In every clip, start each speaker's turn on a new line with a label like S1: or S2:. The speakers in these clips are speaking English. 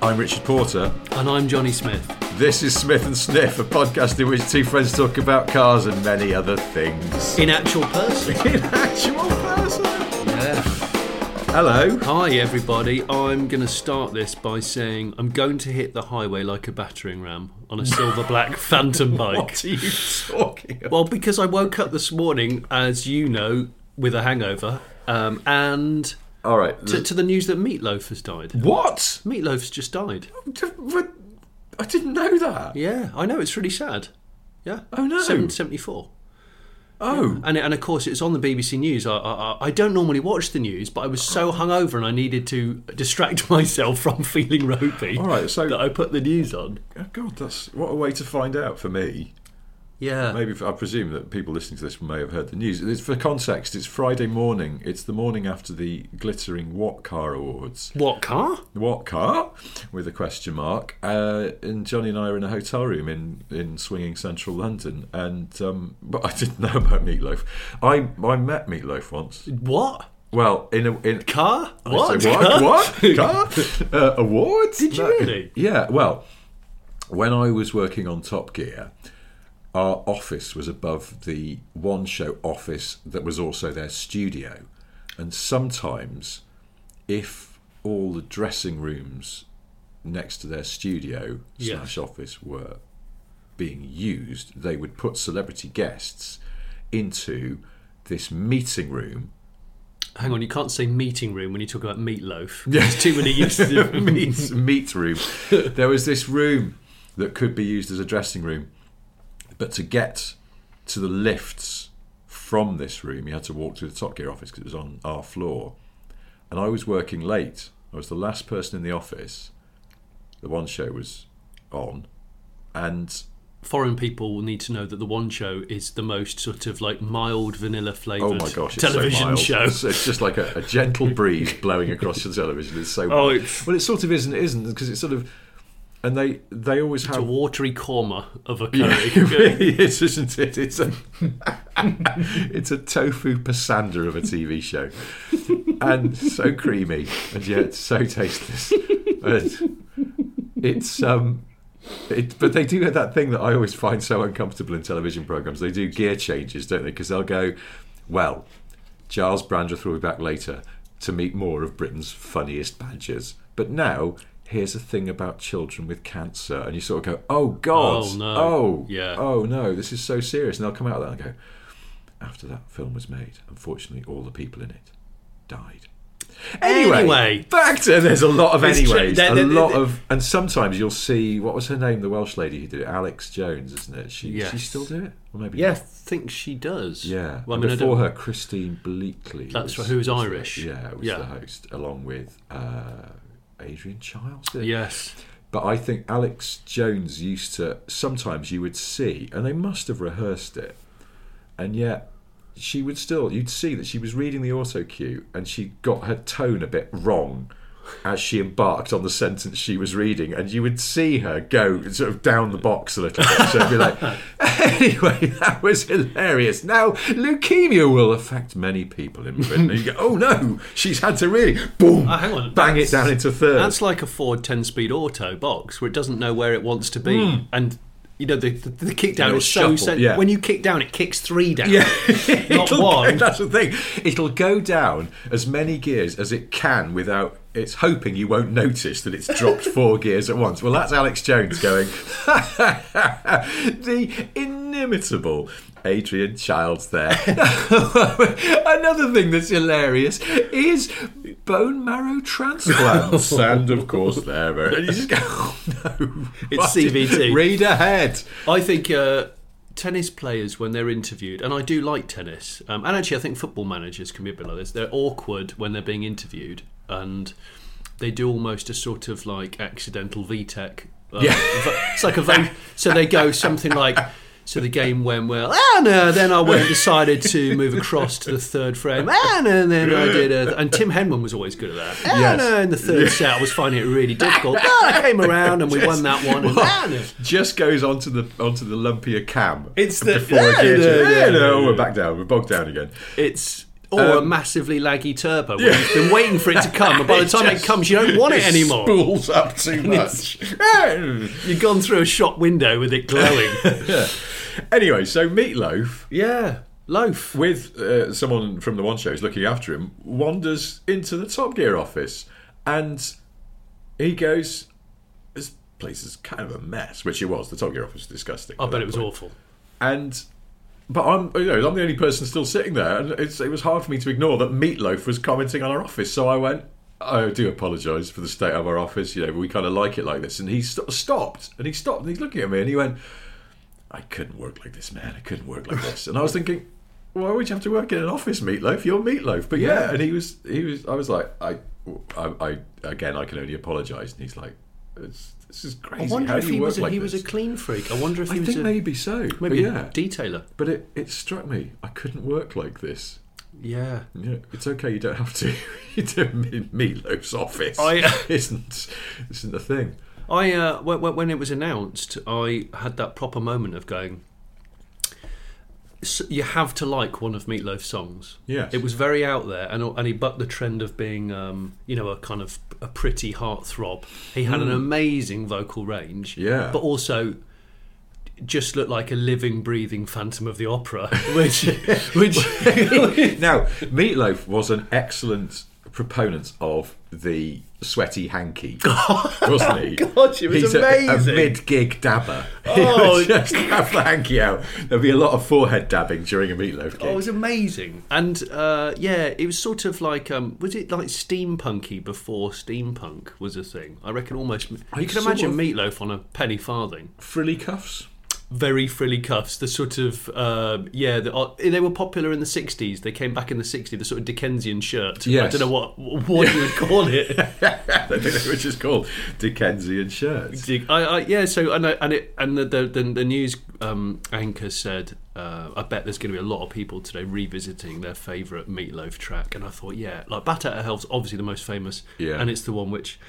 S1: I'm Richard Porter.
S2: And I'm Johnny Smith.
S1: This is Smith and Sniff, a podcast in which two friends talk about cars and many other things.
S2: In actual person.
S1: In actual person. Hello.
S2: Hi, everybody. I'm going to start this by saying I'm going to hit the highway like a battering ram on a silver black phantom bike.
S1: What are you talking about?
S2: Well, because I woke up this morning, as you know, with a hangover, um, and
S1: All right.
S2: to, to the news that Meatloaf has died.
S1: what?
S2: Meatloaf's just died.
S1: I didn't know that.
S2: Yeah, I know. It's really sad. Yeah.
S1: Oh, no.
S2: Seven- 74.
S1: Oh.
S2: And, and of course, it's on the BBC News. I, I, I- I don't normally watch the news, but I was so hungover and I needed to distract myself from feeling ropey.
S1: All right, so-
S2: that I put the news on.
S1: Oh, God, that's what a way to find out for me.
S2: Yeah,
S1: Maybe I presume that people listening to this may have heard the news. It's, for context, it's Friday morning. It's the morning after the glittering What Car Awards.
S2: what car?
S1: What car? With a question mark. Uh, and Johnny and I are in a hotel room in, in swinging central London. And um, but I didn't know about Meatloaf. I I met Meatloaf once.
S2: What
S1: Well, in a in
S2: car?
S1: I
S2: What?
S1: say,
S2: Car?
S1: what? What? car? Uh, awards?
S2: Did you really?
S1: Yeah. Well, when I was working on Top Gear, our office was above the one show office that was also their studio. And sometimes, if all the dressing rooms next to their studio
S2: Yeah.
S1: slash office were being used, they would put celebrity guests into this meeting room.
S2: Hang on, you can't say meeting room when you talk about meatloaf. There's too many uses of meat.
S1: meat, meat room. There was this room that could be used as a dressing room, but to get to the lifts from this room, you had to walk through the Top Gear office because it was on our floor. And I was working late. I was the last person in the office. The one show was on, and
S2: Foreign people will need to know that the one show is the most sort of like mild vanilla
S1: oh
S2: flavoured
S1: my gosh, it's so
S2: television
S1: mild.
S2: show.
S1: It's, it's just like a, a gentle breeze blowing across the television. It's so
S2: Oh,
S1: mild.
S2: it's-
S1: well, it sort of isn't, isn't because it's sort of, and they they always
S2: A
S1: have
S2: watery coma of a
S1: Yeah,
S2: curry.
S1: it really is, isn't it? It's a it's a tofu pasanda of a TV show, and so creamy and yet so tasteless. And it's um, it, but they do have that thing that I always find so uncomfortable in television programs. They do gear changes, don't they? Because they'll go, well, Giles Brandreth will be back later to meet more of Britain's funniest badgers, but now. Here's a thing about children with cancer, and you sort of go, "Oh God,
S2: Oh, no.
S1: oh,
S2: Yeah.
S1: oh no, this is so serious. And they'll come out of that and go, after that film was made, unfortunately, all the people in it died. Anyway,
S2: Anyway.
S1: back to there's a lot of
S2: It's true.
S1: anyways,
S2: There-
S1: a
S2: there-
S1: lot
S2: there-
S1: of, and sometimes you'll see what was her name, the Welsh lady who did it, Alex Jones, isn't it? She
S2: Yes.
S1: she still do it, or maybe
S2: Yeah, I
S1: not.
S2: think she does.
S1: yeah.
S2: Well, I
S1: and
S2: mean, I
S1: before
S2: don't-
S1: her, Christine Bleakley.
S2: That's right, who was
S1: the-
S2: Irish.
S1: yeah, was
S2: Yeah.
S1: the host along with uh, Adrian Childs. did it?
S2: Yes.
S1: But I think Alex Jones used to sometimes you would see, and they must have rehearsed it, and yet she would still you'd see that she was reading the auto cue and she got her tone a bit wrong as she embarked on the sentence she was reading, and you would see her go sort of down the box a little bit. So it'd be like, anyway, that was hilarious. Now leukemia will affect many people in Britain. And you go, oh no, she's had to really boom,
S2: Oh, hang on.
S1: bang it
S2: That's-
S1: down into third.
S2: That's like a Ford 10 speed auto box where it doesn't know where it wants to be. And, you know, the, the, the kick down
S1: It'll
S2: is so.
S1: shuffle,
S2: sen-
S1: yeah.
S2: When you kick down, it kicks three down.
S1: Yeah,
S2: not
S1: It'll
S2: one.
S1: Go, that's the thing. It'll go down as many gears as it can without. It's hoping you won't notice that it's dropped four gears at once. Well, that's Alex Jones going. the inimitable Adrian Childs there. Another thing that's hilarious is bone marrow transplants. and of course, there. And you just go, oh, no.
S2: It's
S1: What?
S2: CVT.
S1: Read ahead.
S2: I think uh, tennis players, when they're interviewed, and I do like tennis, um, and actually I think football managers can be a bit like this. They're awkward when they're being interviewed, and they do almost a sort of like accidental VTech. Uh,
S1: Yeah.
S2: vo- it's like a vote. So they go something like. So the game went well, and uh, then I went and decided to move across to the third frame, and, uh, then I did. A, and Tim Henman was always good at that. And
S1: Yes.
S2: uh, in the third set, I was finding it really difficult. And I came around and we won that one. And, and, uh,
S1: Just goes onto the onto the lumpier cam.
S2: It's the-
S1: before it gets-
S2: Yeah, yeah,
S1: Yeah, no,
S2: yeah.
S1: we're back down. We're bogged down again.
S2: It's or a
S1: Um,
S2: massively laggy turbo. Where You've been waiting for it to come, and by the time it
S1: just-
S2: comes, you don't want it anymore.
S1: Spools up too much.
S2: You've gone through a shop window with it glowing.
S1: anyway, so meatloaf.
S2: yeah, loaf.
S1: with uh, someone from the one show who's looking after him wanders into the top gear office and he goes this place is kind of a mess which it was the top gear office was disgusting
S2: I bet it was awful.
S1: and but I'm you know I'm the only person still sitting there and it's, it was hard for me to ignore that meatloaf was commenting on our office so I went "Oh, I do apologise for the state of our office you know we kind of like it like this and he st- stopped and he stopped and he's looking at me and he went I couldn't work like this, man. I couldn't work like this. And I was thinking, why would you have to work in an office, Meatloaf? You're Meatloaf. But yeah, and he was, he was. I was like, I, I, I again, I can only apologise. And he's like, it's, this is
S2: I
S1: crazy.
S2: wonder
S1: How
S2: if
S1: do
S2: he
S1: you work
S2: was a,
S1: like
S2: he
S1: this?
S2: was a clean freak. I wonder if he
S1: I
S2: was
S1: think
S2: a,
S1: maybe so. But
S2: maybe
S1: yeah.
S2: a detailer.
S1: But it, it struck me, I couldn't work like this.
S2: Yeah.
S1: Yeah, it's okay. You don't have to. you do Meatloaf's office.
S2: I- uh,
S1: isn't isn't the thing.
S2: I uh, when, when- when it was announced, I had that proper moment of going. "S- You have to like one of Meatloaf's songs.
S1: Yes.
S2: it was very out there, and and he bucked the trend of being, um, you know, a kind of a pretty heartthrob. He had an amazing vocal range.
S1: Hmm. Yeah.
S2: but also just looked like a living, breathing Phantom of the Opera, which which
S1: Now, Meatloaf was an excellent proponent of the sweaty hanky, wasn't he?
S2: God, it was
S1: He's a-
S2: amazing.
S1: A, mid-gig dabber. He
S2: Oh.
S1: would just have the hanky out. There'd be a lot of forehead dabbing during a Meatloaf
S2: Oh, it
S1: gig.
S2: was amazing, and uh, yeah, it was sort of like um, was it like steampunky before steampunk was a thing? I reckon almost.
S1: I
S2: you can
S1: sort
S2: imagine
S1: of-
S2: meatloaf on a penny farthing,
S1: Frilly cuffs.
S2: very frilly cuffs. The sort of um yeah, the, uh, they were popular in the '60s. They came back in the '60s. The sort of Dickensian shirt.
S1: Yes.
S2: I don't know what what you would call it.
S1: I think they were just called Dickensian shirts.
S2: Dig- I, I, yeah, so and I, and it and the the, the, the news um, anchor said, uh, I bet there's going to be a lot of people today revisiting their favourite Meatloaf track, and I thought, yeah, like Bat Out of Hell's obviously the most famous,
S1: Yeah.
S2: and it's the one which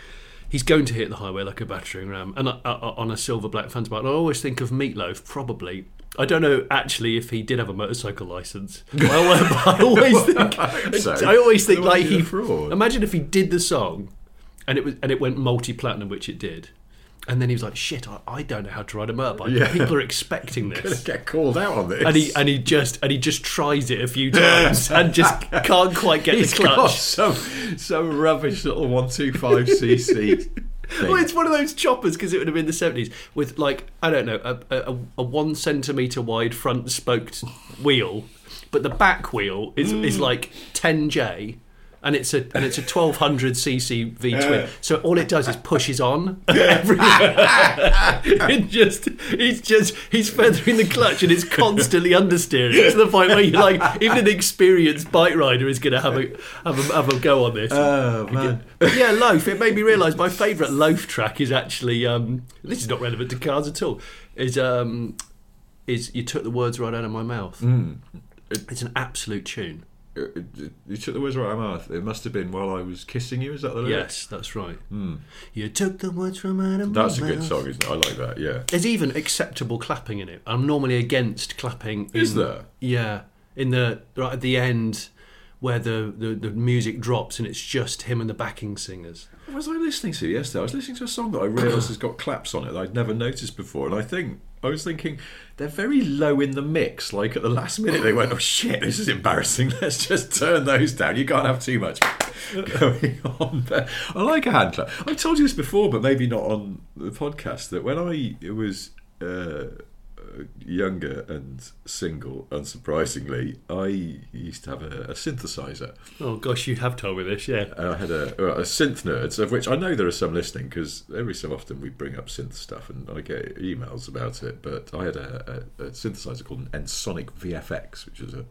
S2: he's going to hit the highway like a battering ram, and I, I, on a silver black phantom. And I always think of Meatloaf, probably. I don't know actually if he did have a motorcycle license. I, al- I always think,
S1: So,
S2: I always think
S1: otherwise
S2: like
S1: he's a
S2: he.
S1: fraud.
S2: Imagine if he did the song, and it was and it went multi platinum, which it did, and then he was like, "Shit, I, I don't know how to ride a motorbike.
S1: Yeah.
S2: People are expecting this."
S1: Get called out on this.
S2: And he and he just and he just tries it a few times and just can't quite get
S1: He's
S2: the clutch.
S1: got some, some rubbish little 125cc thing.
S2: Well, it's one of those choppers because it would have been the seventies with like I don't know a, a, a one centimeter wide front spoked wheel, but the back wheel is, is like ten J, and it's a and it's a twelve hundred cc V twin. So all it does is pushes on everywhere. it just he's just he's feathering the clutch and it's constantly understeering to the point where you're like even an experienced bike rider is going to have a have a, have a go on this.
S1: Oh, man.
S2: But yeah, loaf. It made me realise my favourite loaf track is actually. Um, this is not relevant to cars at all. Is um, is you took the words right out of my mouth. It's an absolute tune.
S1: Uh, You took the words right out of my mouth. It must have been while I was kissing you. Is that the lyric?
S2: Yes, that's right. You took the words from out of
S1: That's a
S2: Oh, my
S1: good
S2: mouth.
S1: song, isn't it? I like that. Yeah.
S2: There's even acceptable clapping in it. I'm normally against clapping.
S1: Is
S2: in-
S1: there?
S2: Yeah, in the right at the end where the, the, the music drops and it's just him and the backing singers.
S1: What was I listening to yesterday? I was listening to a song that I realised has got claps on it that I'd never noticed before, and I think I was thinking they're very low in the mix. Like at the last minute, they went, "Oh shit, this is embarrassing. Let's just turn those down. You can't have too much going on." There. I like a hand clap. I told you this before, but maybe not on the podcast. That when I was uh, uh, younger and single, unsurprisingly, I used to have a, a synthesizer.
S2: Oh gosh, you have told me this, yeah.
S1: And I had a, well, a synth nerds, of which I know there are some listening because every so often we bring up synth stuff and I get emails about it. But I had a, a, a synthesizer called an Ensonic VFX, which was a,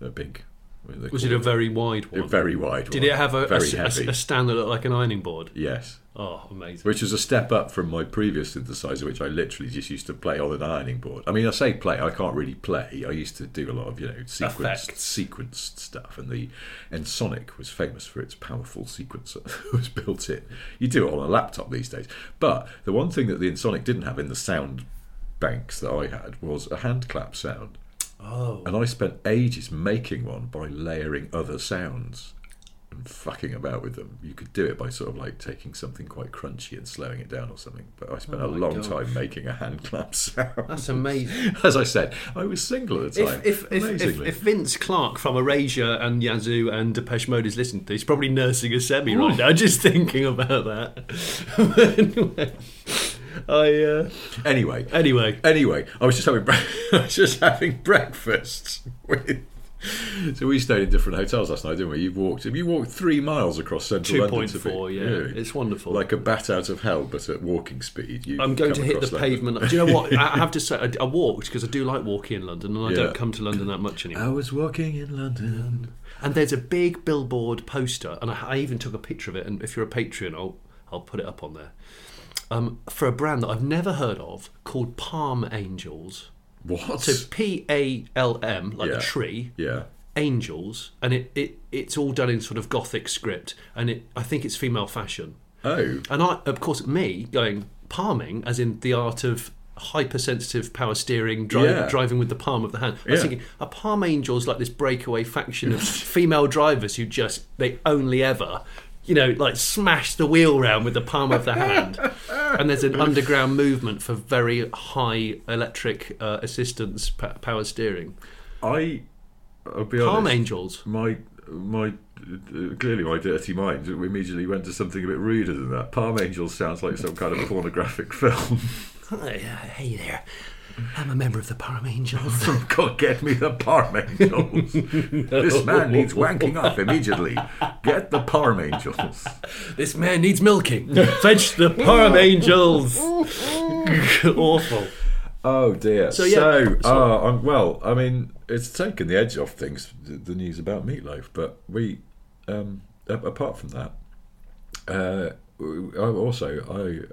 S1: a big. what do they
S2: Was
S1: call
S2: it a very wide
S1: a
S2: one?
S1: very wide
S2: Did
S1: one,
S2: it have a, a
S1: very
S2: s- a s-
S1: heavy?
S2: a stand that looked like an ironing board?
S1: yes,
S2: Oh, amazing.
S1: which was a step up from my previous synthesizer, which I literally just used to play on an ironing board. I mean, I say play, I can't really play. I used to do a lot of you know sequenced,
S2: Effects.
S1: sequenced stuff, and the Ensonic was famous for its powerful sequencer that was built in. You do it on a laptop these days, but the one thing that the Ensonic didn't have in the sound banks that I had was a hand clap sound.
S2: Oh.
S1: And I spent ages making one by layering other sounds and fucking about with them. You could do it by sort of like taking something quite crunchy and slowing it down or something. But I
S2: Oh
S1: spent a long time making a hand clap sound.
S2: That's amazing.
S1: As I said, I was single at the time.
S2: If, if, if, if,
S1: amazingly.
S2: if Vince Clark from Erasure and Yazoo and Depeche Mode is listening to this, he's probably nursing a semi right now, just thinking about that. anyway, I, uh,
S1: anyway,
S2: anyway,
S1: anyway, I was just having bre- I was just having breakfast with. So we stayed in different hotels last night, didn't we? You walked, you walked three miles across central London. to be-
S2: 2.4, yeah. It's wonderful.
S1: like a bat out of hell, but at walking speed. You
S2: I'm going
S1: come
S2: to hit
S1: across
S2: the
S1: London.
S2: pavement. Do you know what? I I have to say, I, I walked because I do like walking in London, and I
S1: Yeah.
S2: don't come to London that much anymore.
S1: I was walking in London.
S2: And there's a big billboard poster, and I, I even took a picture of it. And if you're a Patreon, I'll I'll put it up on there. Um, for a brand that I've never heard of called Palm Angels.
S1: What?
S2: So P A L M, like
S1: Yeah.
S2: a tree,
S1: yeah.
S2: angels, and it, it it's all done in sort of gothic script, and it I think it's female fashion.
S1: Oh,
S2: And I, of course, me going palming, as in the art of hypersensitive power steering, dri-
S1: Yeah.
S2: driving with the palm of the hand. I was
S1: Yeah.
S2: thinking, a palm angel's like this breakaway faction of female drivers who just, they only ever, you know, like smash the wheel round with the palm of the hand. And there's an underground movement for very high electric uh, assistance pa- power steering.
S1: I. I'll be
S2: Palm
S1: honest.
S2: angels.
S1: My my uh, clearly my dirty mind immediately went to something a bit ruder than that. Palm Angels sounds like some kind of pornographic film.
S2: Hi, uh, hey there. I'm a member of the Palm Angels.
S1: God, get me the Palm Angels. This man needs wanking off immediately. Get the Palm Angels.
S2: This man needs milking. Fetch the palm angels. Awful.
S1: Oh dear. So
S2: yeah, so-
S1: uh, I'm, well, I mean, it's taken the edge off things. The, the news about meatloaf, but we, um, a- apart from that, uh, I also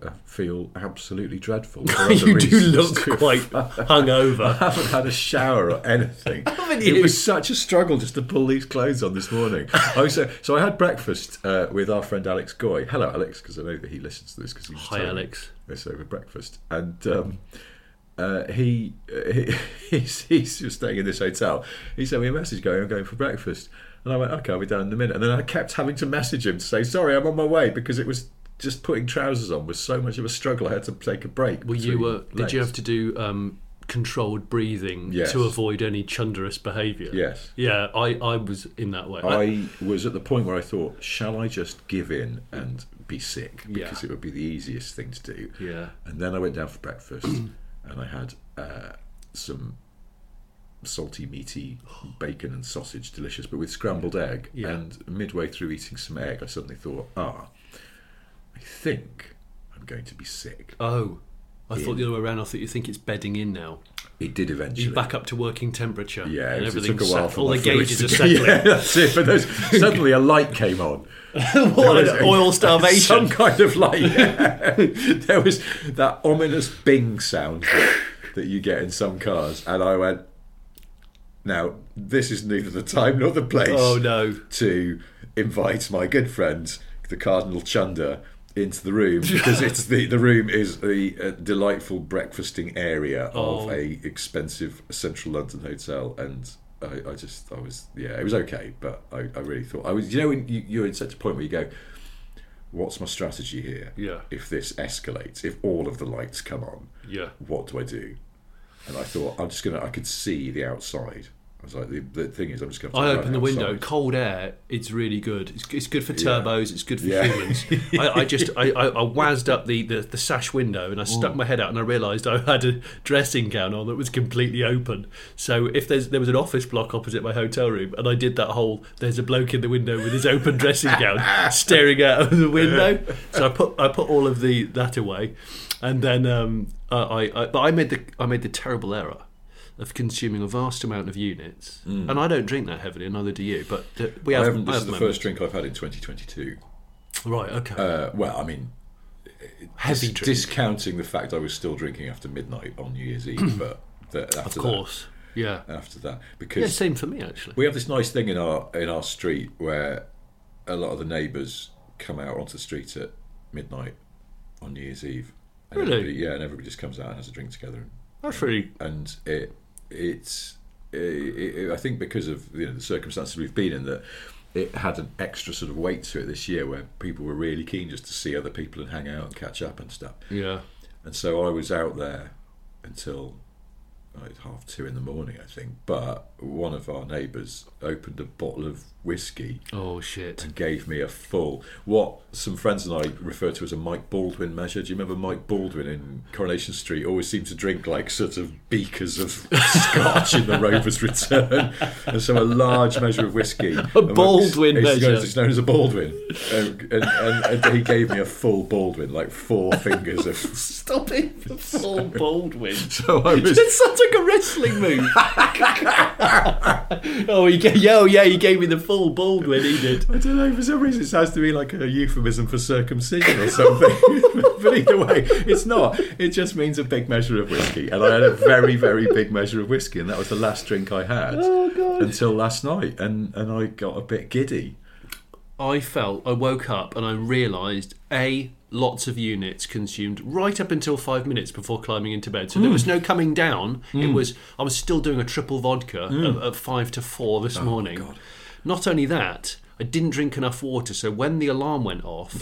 S1: I uh, feel absolutely dreadful. for other
S2: you do
S1: reasons
S2: look
S1: too.
S2: quite
S1: I
S2: hungover.
S1: haven't had a shower or anything.
S2: you?
S1: It was such a struggle just to pull these clothes on this morning. I was, uh, so I had breakfast uh, with our friend Alex Goy. Hello, Alex, because I know that he listens to this. Cause he was
S2: Hi,
S1: telling me
S2: Alex.
S1: This over breakfast, and um, uh, he, uh, he he's, he's just staying in this hotel. He sent me a message going, "I'm going for breakfast," and I went, "Okay, I'll be down in a minute." And then I kept having to message him to say, "Sorry, I'm on my way," because it was. Just putting trousers on was so much of a struggle. I had to take a break.
S2: Well, you
S1: between
S2: were. Did you
S1: legs.
S2: have to do um, controlled breathing
S1: Yes.
S2: to avoid any chunderous behaviour?
S1: Yes.
S2: Yeah, I, I was in that way.
S1: I was at the point where I thought, shall I just give in and be sick because
S2: Yeah.
S1: it would be the easiest thing to do.
S2: Yeah.
S1: And then I went down for breakfast and I had uh, some salty, meaty bacon and sausage, delicious, but with scrambled egg.
S2: Yeah.
S1: And midway through eating some egg, I suddenly thought, ah, I think I'm going to be sick.
S2: oh, I thought the other way around. I thought you think it's bedding in now.
S1: It did
S2: You
S1: eventually.
S2: back up to working temperature.
S1: Yeah,
S2: and
S1: it, was- it
S2: everything.
S1: took a while for
S2: all
S1: my
S2: the
S1: fluids
S2: gauges
S1: to
S2: are
S1: get-
S2: settling.
S1: Yeah, that's it. But those, suddenly a light came on.
S2: What
S1: There
S2: an
S1: was a-
S2: oil starvation.
S1: Some kind of like there was that ominous bing sound that, that you get in some cars, and I went. Now this is neither the time nor the place.
S2: Oh, no.
S1: To invite my good friend, the Cardinal Chunder, into the room because it's the the room is the uh, delightful breakfasting area of
S2: Oh.
S1: a expensive central London hotel and. I, I just, I was, yeah, it was okay, but I, I really thought I was. You know, when you, you're in such a point where you go, what's my strategy here?
S2: Yeah.
S1: If this escalates, if all of the lights come on,
S2: Yeah.
S1: what do I do? And I thought I'm just gonna. I could see the outside. I was like, the, the thing is, I'm just going to.
S2: I open the window. Cold air. It's really good. It's, it's good for turbos. It's good for
S1: Yeah.
S2: humans. I, I just I, I, I wazzed up the, the, the sash window and I stuck
S1: Mm.
S2: my head out and I realised I had a dressing gown on that was completely open. So if there's there was an office block opposite my hotel room and I did that whole there's a bloke in the window with his open dressing gown staring out of the window. So I put I put all of the that away, and then um, I, I, I but I made the I made the terrible error of consuming a vast amount of units, and I don't drink that heavily, and neither do you. But uh, we
S1: Mm. I
S2: have.
S1: haven't, this
S2: I
S1: is the
S2: have
S1: first drink I've had in 2022.
S2: moments. Right. Okay.
S1: Uh, well, I mean,
S2: Heavy
S1: dis-
S2: drink.
S1: discounting the fact I was still drinking after midnight on New Year's Eve, but that, after
S2: of course. Yeah.
S1: that, after that,
S2: Yeah.
S1: because
S2: Same for me actually.
S1: we have this nice thing in our in our street where a lot of the neighbours come out onto the street at midnight on New Year's Eve. And
S2: Really?
S1: everybody- Yeah, and everybody just comes out and has a drink together and
S2: That's really.
S1: and it it's it, it, I think because of you know the circumstances we've been in that it had an extra sort of weight to it this year where people were really keen just to see other people and hang out and catch up and stuff
S2: Yeah.
S1: and so I was out there until like half two in the morning I think but one of our neighbours opened a bottle of whiskey
S2: Oh shit.
S1: and gave me a full what some friends and I refer to as a Mike Baldwin measure. Do you remember Mike Baldwin in Coronation Street always seemed to drink like sort of beakers of scotch in the Rover's Return, and so a large measure of whiskey. A
S2: Baldwin measure.
S1: It's known as a Baldwin, Um, and, and, and he gave me a full Baldwin, like four fingers of.
S2: Stop it, Paul Baldwin.
S1: So I was
S2: That sounds like a wrestling move. oh, he gave, yeah, oh, yeah, he gave me the full Baldwin. He did.
S1: I don't know. For some reason, it sounds to me like a euphemism for circumcision or something. but either way, it's not. It just means a big measure of whiskey, and I had a very, very big measure of whiskey, and that was the last drink I had
S2: Oh,
S1: until last night, and and I got a bit giddy.
S2: I felt I woke up and I realised a lots of units consumed right up until five minutes before climbing into bed. So there was no coming down. It was I was still doing a triple vodka at, at five to four this morning. Not only that, I didn't drink enough water. So when the alarm went off.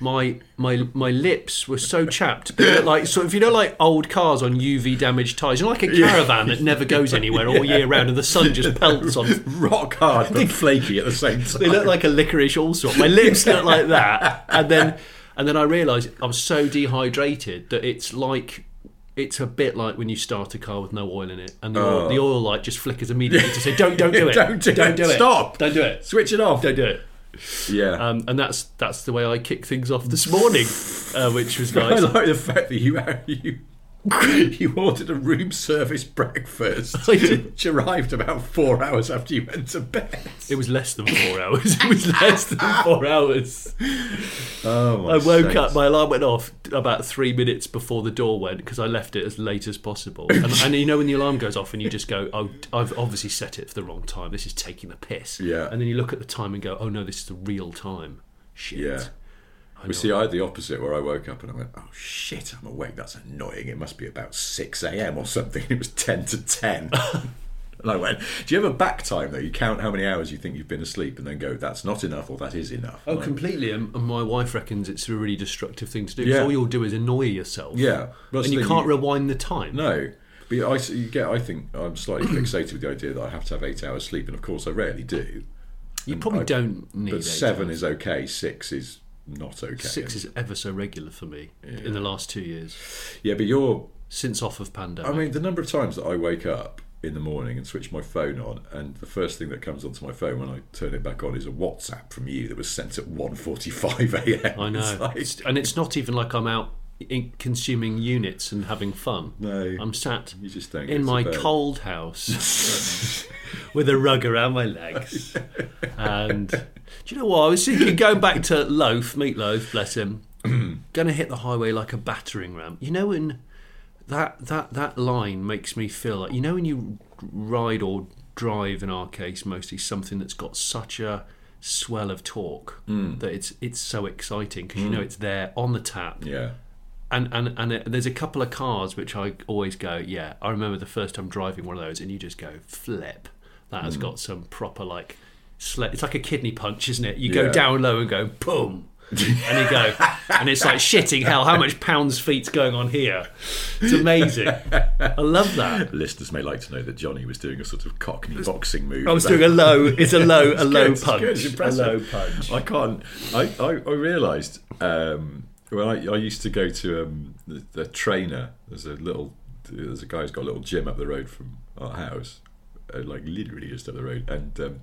S2: My my my lips were so chapped, that, like so. If you know, like old cars on UV damaged tires, you're like a caravan that never goes anywhere all year round, and the sun just pelts on
S1: Rock hard but flaky at the same time.
S2: they look like a licorice all sort. My lips look like that, and then and then I realised I'm so dehydrated that it's like it's a bit like when you start a car with no oil in it, and the, oil, the oil light just flickers immediately to say, "Don't, don't do it,
S1: Oh. Don't do it. Stop.
S2: don't do it,
S1: Switch it off.
S2: don't do it."
S1: Yeah.
S2: Um, and that's that's the way I kicked things off this morning, uh, which was
S1: I
S2: nice.
S1: like the fact that you you you ordered a room service breakfast,
S2: I did.
S1: which arrived about four hours after you went to bed.
S2: It was less than four hours. It was less than four hours.
S1: Oh my
S2: I woke
S1: sakes.
S2: up. My alarm went off about three minutes before the door went because I left it as late as possible. And, and you know when the alarm goes off and you just go, "Oh, I've obviously set it for the wrong time. This is taking the piss."
S1: Yeah.
S2: And then you look at the time and go, "Oh no, this is the real time." Shit.
S1: Yeah. We see, I had the opposite where I woke up and I went, oh shit, I'm awake. That's annoying. It must be about 6 a.m. or something. It was 10 to 10. and I went, do you have a back time though? You count how many hours you think you've been asleep and then go, that's not enough or that is enough.
S2: Oh,
S1: Like,
S2: completely. And, and my wife reckons it's a really destructive thing to do. 'cause
S1: Yeah.
S2: All you'll do is annoy yourself.
S1: Yeah. That's
S2: And you
S1: the thing,
S2: can't
S1: you-
S2: rewind the time.
S1: No. But yeah, I, s- you get, I think I'm slightly fixated with the idea that I have to have eight hours sleep. And of course, I rarely do.
S2: You probably
S1: I-
S2: don't need
S1: But
S2: eight
S1: seven
S2: hours.
S1: is okay, six is not okay.
S2: Six is ever so regular for me in the last two years
S1: yeah, but you're
S2: since off of pandemic.
S1: I mean, the number of times that I wake up in the morning and switch my phone on, and the first thing that comes onto my phone when I turn it back on is a WhatsApp from you that was sent at 1.45 a.m.
S2: I know,
S1: It's like-
S2: It's- and it's not even like I'm out in consuming units and having fun.
S1: No.
S2: I'm sat
S1: you just don't.
S2: in
S1: it's
S2: my
S1: about-
S2: cold house with a rug around my legs. and do you know what? I was thinking going back to loaf, meatloaf, bless him. Gonna hit the highway like a battering ram. You know when that that that line makes me feel like you know when you ride or drive in our case mostly something that's got such a swell of talk that it's it's so exciting because you know it's there on the tap
S1: Yeah.
S2: and and and it, there's a couple of cars which I always go, yeah. I remember the first time driving one of those, and you just go flip. That
S1: Hmm.
S2: has got some proper like, sle- it's like a kidney punch, isn't it? You go
S1: Yeah.
S2: down low and go boom, and you go, and it's like shitting hell. How much pounds feet's going on here? It's amazing. I love that.
S1: Listeners may like to know that Johnny was doing a sort of cockney boxing move.
S2: I was doing a low. It's a low, a low
S1: It's good,
S2: punch,
S1: it's
S2: a
S1: impressive.
S2: low punch.
S1: I can't. I, I, I realised um, when I, I used to go to um, the, the trainer. There's a little. There's a guy who's got a little gym up the road from our house, uh, like literally just up the road. And um,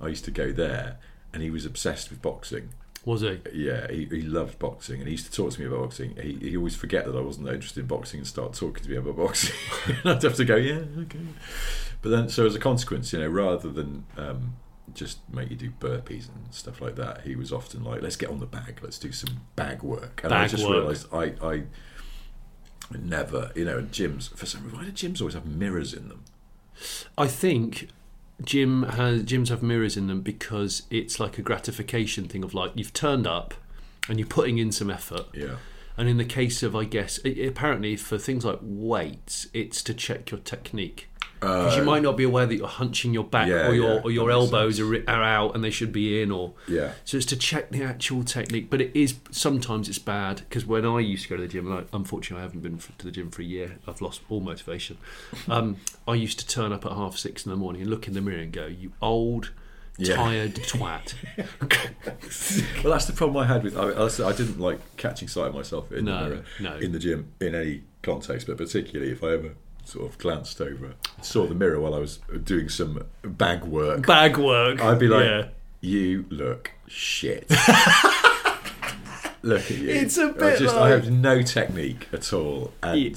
S1: I used to go there, and he was obsessed with boxing.
S2: Was he?
S1: Yeah, he, he loved boxing, and he used to talk to me about boxing. He he always forget that I wasn't that interested in boxing and start talking to me about boxing. and I'd have to go, yeah, okay. But then, so as a consequence, you know, rather than um, just make you do burpees and stuff like that, he was often like, "Let's get on the bag. Let's do some bag work." And I
S2: Bag
S1: just
S2: work.
S1: realised I I never, you know, and gyms for some reason, why do gyms always have mirrors in them?
S2: I think Jim has gyms have mirrors in them because it's like a gratification thing of like you've turned up and you're putting in some effort.
S1: Yeah,
S2: And in the case of, I guess, i apparently for things like weights, it's to check your technique. Because you might not be aware that you're hunching your back
S1: Oh. Yeah,
S2: or your
S1: yeah,
S2: or your
S1: that makes
S2: elbows are, are out and they should be in, or
S1: Yeah.
S2: So it's to check the actual technique, but it is sometimes it's bad because when I used to go to the gym, like unfortunately I haven't been f- to the gym for a year, I've lost all motivation. Um, I used to turn up at half six in the morning and look in the mirror and go, "You old."
S1: Yeah.
S2: Tired twat.
S1: Well, that's the problem I had with. I, I, I didn't like catching sight of myself in
S2: No,
S1: the mirror,
S2: no.
S1: in the gym, in any context, but particularly if I ever sort of glanced over, saw the mirror while I was doing some bag work,
S2: Bag work.
S1: I'd be like,
S2: Yeah.
S1: "You look shit." look at you.
S2: It's a
S1: I
S2: bit
S1: just, I
S2: like-
S1: have no technique at all, and
S2: Yeah.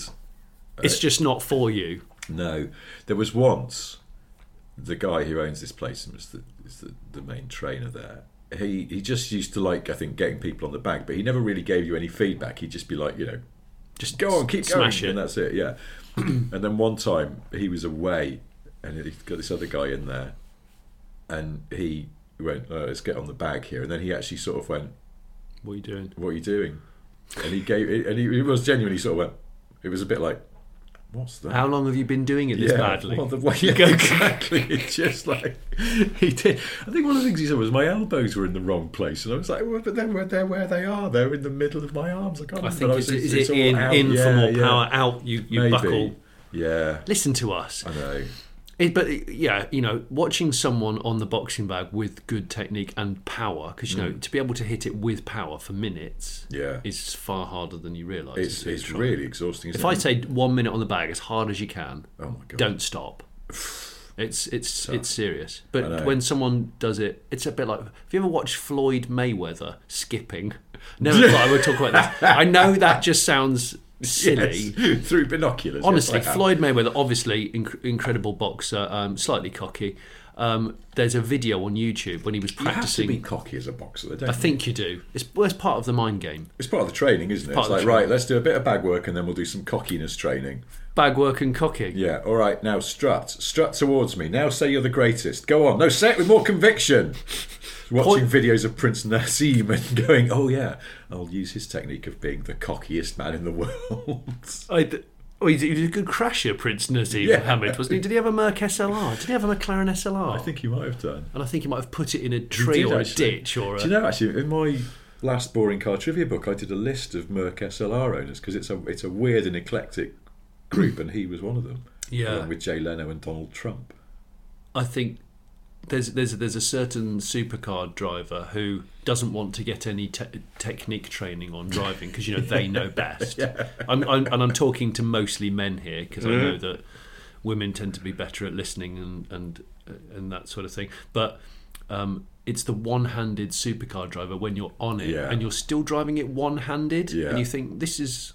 S1: uh,
S2: it's just not for you.
S1: no, there was once the guy who owns this place and was the, is the, the main trainer there. He he just used to like I think getting people on the bag, but he never really gave you any feedback. He'd just be like, you know,
S2: Just
S1: go on, keep
S2: smash
S1: going,
S2: it.
S1: and that's it. Yeah. and then one time he was away, and he got this other guy in there, and he went, oh, let's get on the bag here. And then he actually sort of went,
S2: What are you doing?
S1: what are you doing? And he gave, and he, he was genuinely sort of went. It was a bit like, what's that?
S2: How long have you been doing it this badly?
S1: Well, the way you go exactly, it's just like he did. I think one of the things he said was my elbows were in the wrong place, and I was like, well, but they're, they're where they are. They're in the middle of my arms. I can't.
S2: I
S1: remember,
S2: think
S1: but
S2: it's,
S1: was-
S2: is
S1: it's
S2: it
S1: all
S2: in,
S1: out.
S2: in for
S1: Yeah,
S2: more
S1: yeah.
S2: power, out you, you
S1: Maybe.
S2: buckle.
S1: Yeah,
S2: Listen to us.
S1: I know.
S2: It, but it- yeah, you know, watching someone on the boxing bag with good technique and power, because you know, to be able to hit it with power for minutes
S1: Mm. Yeah.
S2: is far harder than you realise.
S1: It's
S2: isn't it?
S1: it's really exhausting. Isn't
S2: If I
S1: it?
S2: say one minute on the bag as hard as you can,
S1: oh my god,
S2: don't stop. It's it's it's serious.
S1: know.
S2: But when someone does it, it's a bit like have you ever watched Floyd Mayweather skipping? Never thought I would talk about this. I know that just sounds silly.
S1: Yes, through binoculars. yes, uh,
S2: Honestly,
S1: I have.
S2: Floyd Mayweather, obviously inc- incredible boxer, um, slightly cocky. Um, there's a video on YouTube when he was
S1: You have to
S2: practicing.
S1: be cocky as a boxer. Though, don't
S2: I think you do. It's, well, it's part of the mind game.
S1: it's part of the training, isn't it?
S2: part
S1: It's
S2: of
S1: like
S2: the
S1: right,
S2: training.
S1: let's do a bit of bag work and then we'll do some cockiness training.
S2: Bag work and cocky.
S1: Yeah, all right, now strut. Strut towards me. Now say you're the greatest. Go on. No, say it with more conviction. Watching videos of Prince Nassim and going, oh yeah, I'll use his technique of being the cockiest man in the world.
S2: I, th- oh, he's, he's a good crasher, Prince Nazim
S1: Yeah.
S2: Mohammed, wasn't he? Did he have a Merc SLR? Did he have a McLaren SLR?
S1: I think he might have done.
S2: and I think he might have put it in a
S1: He
S2: tree
S1: did,
S2: or a
S1: actually.
S2: ditch or a.
S1: Do you know, actually, in my last Boring Car Trivia book, I did a list of Merc SLR owners because it's a, it's a weird and eclectic group, and he was one of them.
S2: Yeah.
S1: Along with Jay Leno and Donald Trump.
S2: I think there's there's there's a certain supercar driver who doesn't want to get any te- technique training on driving because you know they know best. I'm, I'm and I'm talking to mostly men here because I
S1: Mm-hmm.
S2: know that women tend to be better at listening and and and that sort of thing. But um, it's the one-handed supercar driver when you're on it
S1: Yeah.
S2: and you're still driving it one-handed
S1: Yeah.
S2: and you think this is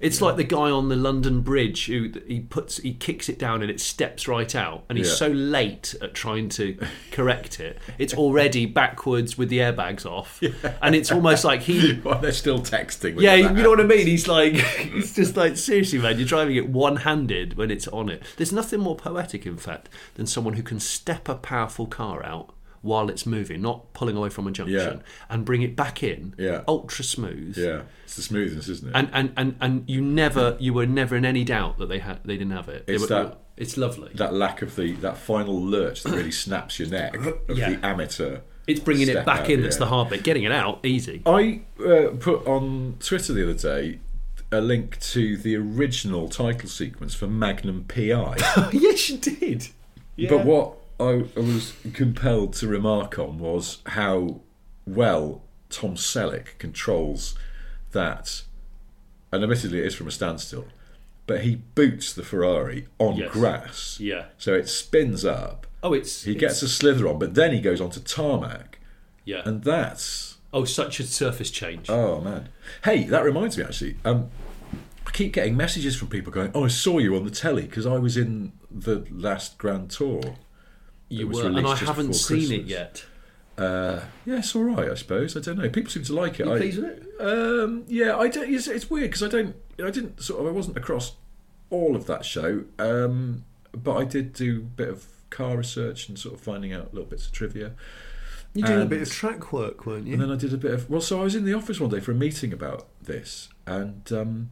S2: it's like the guy on the London Bridge who he puts he kicks it down and it steps right out, and he's
S1: Yeah.
S2: so late at trying to correct it. It's already backwards with the airbags off, and it's almost like he.
S1: Well, they're still texting. when
S2: Yeah,
S1: that
S2: you know what I mean. He's like, it's just like seriously, man. You're driving it one-handed when it's on it. There's nothing more poetic, in fact, than someone who can step a powerful car out while it's moving, not pulling away from a junction, and bring it back in,
S1: Yeah.
S2: ultra smooth.
S1: Yeah. It's the smoothness, isn't it?
S2: And, and, and, and you never you were never in any doubt that they had they didn't have it. They
S1: It's
S2: were-
S1: that-
S2: it's lovely.
S1: that lack of the that final lurch that really snaps your neck of
S2: Yeah.
S1: the amateur.
S2: it's bringing it
S1: step
S2: back
S1: out,
S2: in that's
S1: yeah.
S2: the hard bit. Getting it out easy.
S1: I uh, put on Twitter the other day a link to the original title sequence for Magnum PI.
S2: yes, you did.
S1: But what I, I was compelled to remark on was how well Tom Selleck controls that, and admittedly it is from a standstill, but he boots the Ferrari on
S2: Yes.
S1: grass.
S2: Yeah.
S1: So it spins up.
S2: Oh, it's
S1: He
S2: it's-
S1: gets a slither on, but then he goes on to tarmac,
S2: yeah.
S1: and that's
S2: oh, such a surface change.
S1: Oh man! Hey, that reminds me actually. Um, I keep getting messages from people going, "Oh, I saw you on the telly because I was in the last Grand Tour."
S2: you
S1: was
S2: were, and
S1: released
S2: I
S1: just
S2: haven't
S1: before
S2: seen it
S1: Christmas.
S2: yet.
S1: Yeah, it's all right, I suppose. I don't know. People seem to like it.
S2: You
S1: I,
S2: pleased with it?
S1: Um, yeah, I don't. It's, it's weird because I don't. I didn't sort of. I wasn't across all of that show, um, but I did do a bit of car research and sort of finding out little bits of trivia.
S3: You're doing a
S1: And-
S3: bit of track work, weren't you?
S1: And then I did a bit of well, so I was in the office one day for a meeting about this, and um,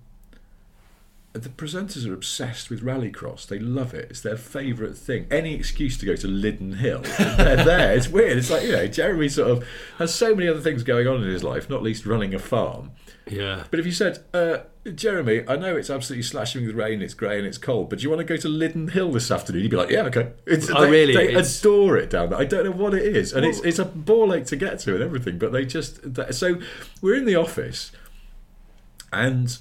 S1: the presenters are obsessed with rallycross. They love it; it's their favourite thing. Any excuse to go to Lyddon Hill, they're there. It's weird. It's like you know, Jeremy sort of has so many other things going on in his life, not least running a farm.
S2: Yeah.
S1: But if you said, uh, Jeremy, I know it's absolutely slashing with rain, it's grey and it's cold, but do you want to go to Lyddon Hill this afternoon? You'd be like, yeah, okay. It's,
S2: Oh,
S1: they,
S2: really?
S1: They
S2: It's-
S1: adore it down there. I don't know what it is. And it's, it's a ball ache to get to and everything, but they just. That, so we're in the office, and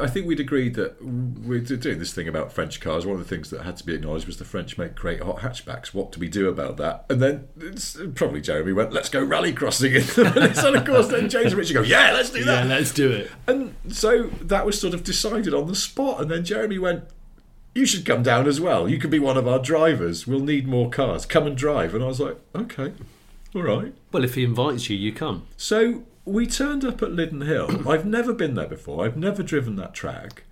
S1: I think we'd agreed that we're doing this thing about French cars. One of the things that had to be acknowledged was the French make great hot hatchbacks. What do we do about that? And then it's, probably Jeremy went, let's go rally crossing it. and of course, then James and Richard go, yeah, let's do that.
S2: Yeah, let's do it.
S1: And so that was sort of decided on the spot. And then Jeremy went, You should come down as well. You could be one of our drivers. We'll need more cars. Come and drive. And I was like, Okay, all right.
S2: Well, if he invites you, you come.
S1: So we turned up at Lyddon Hill. I've never been there before, I've never driven that track.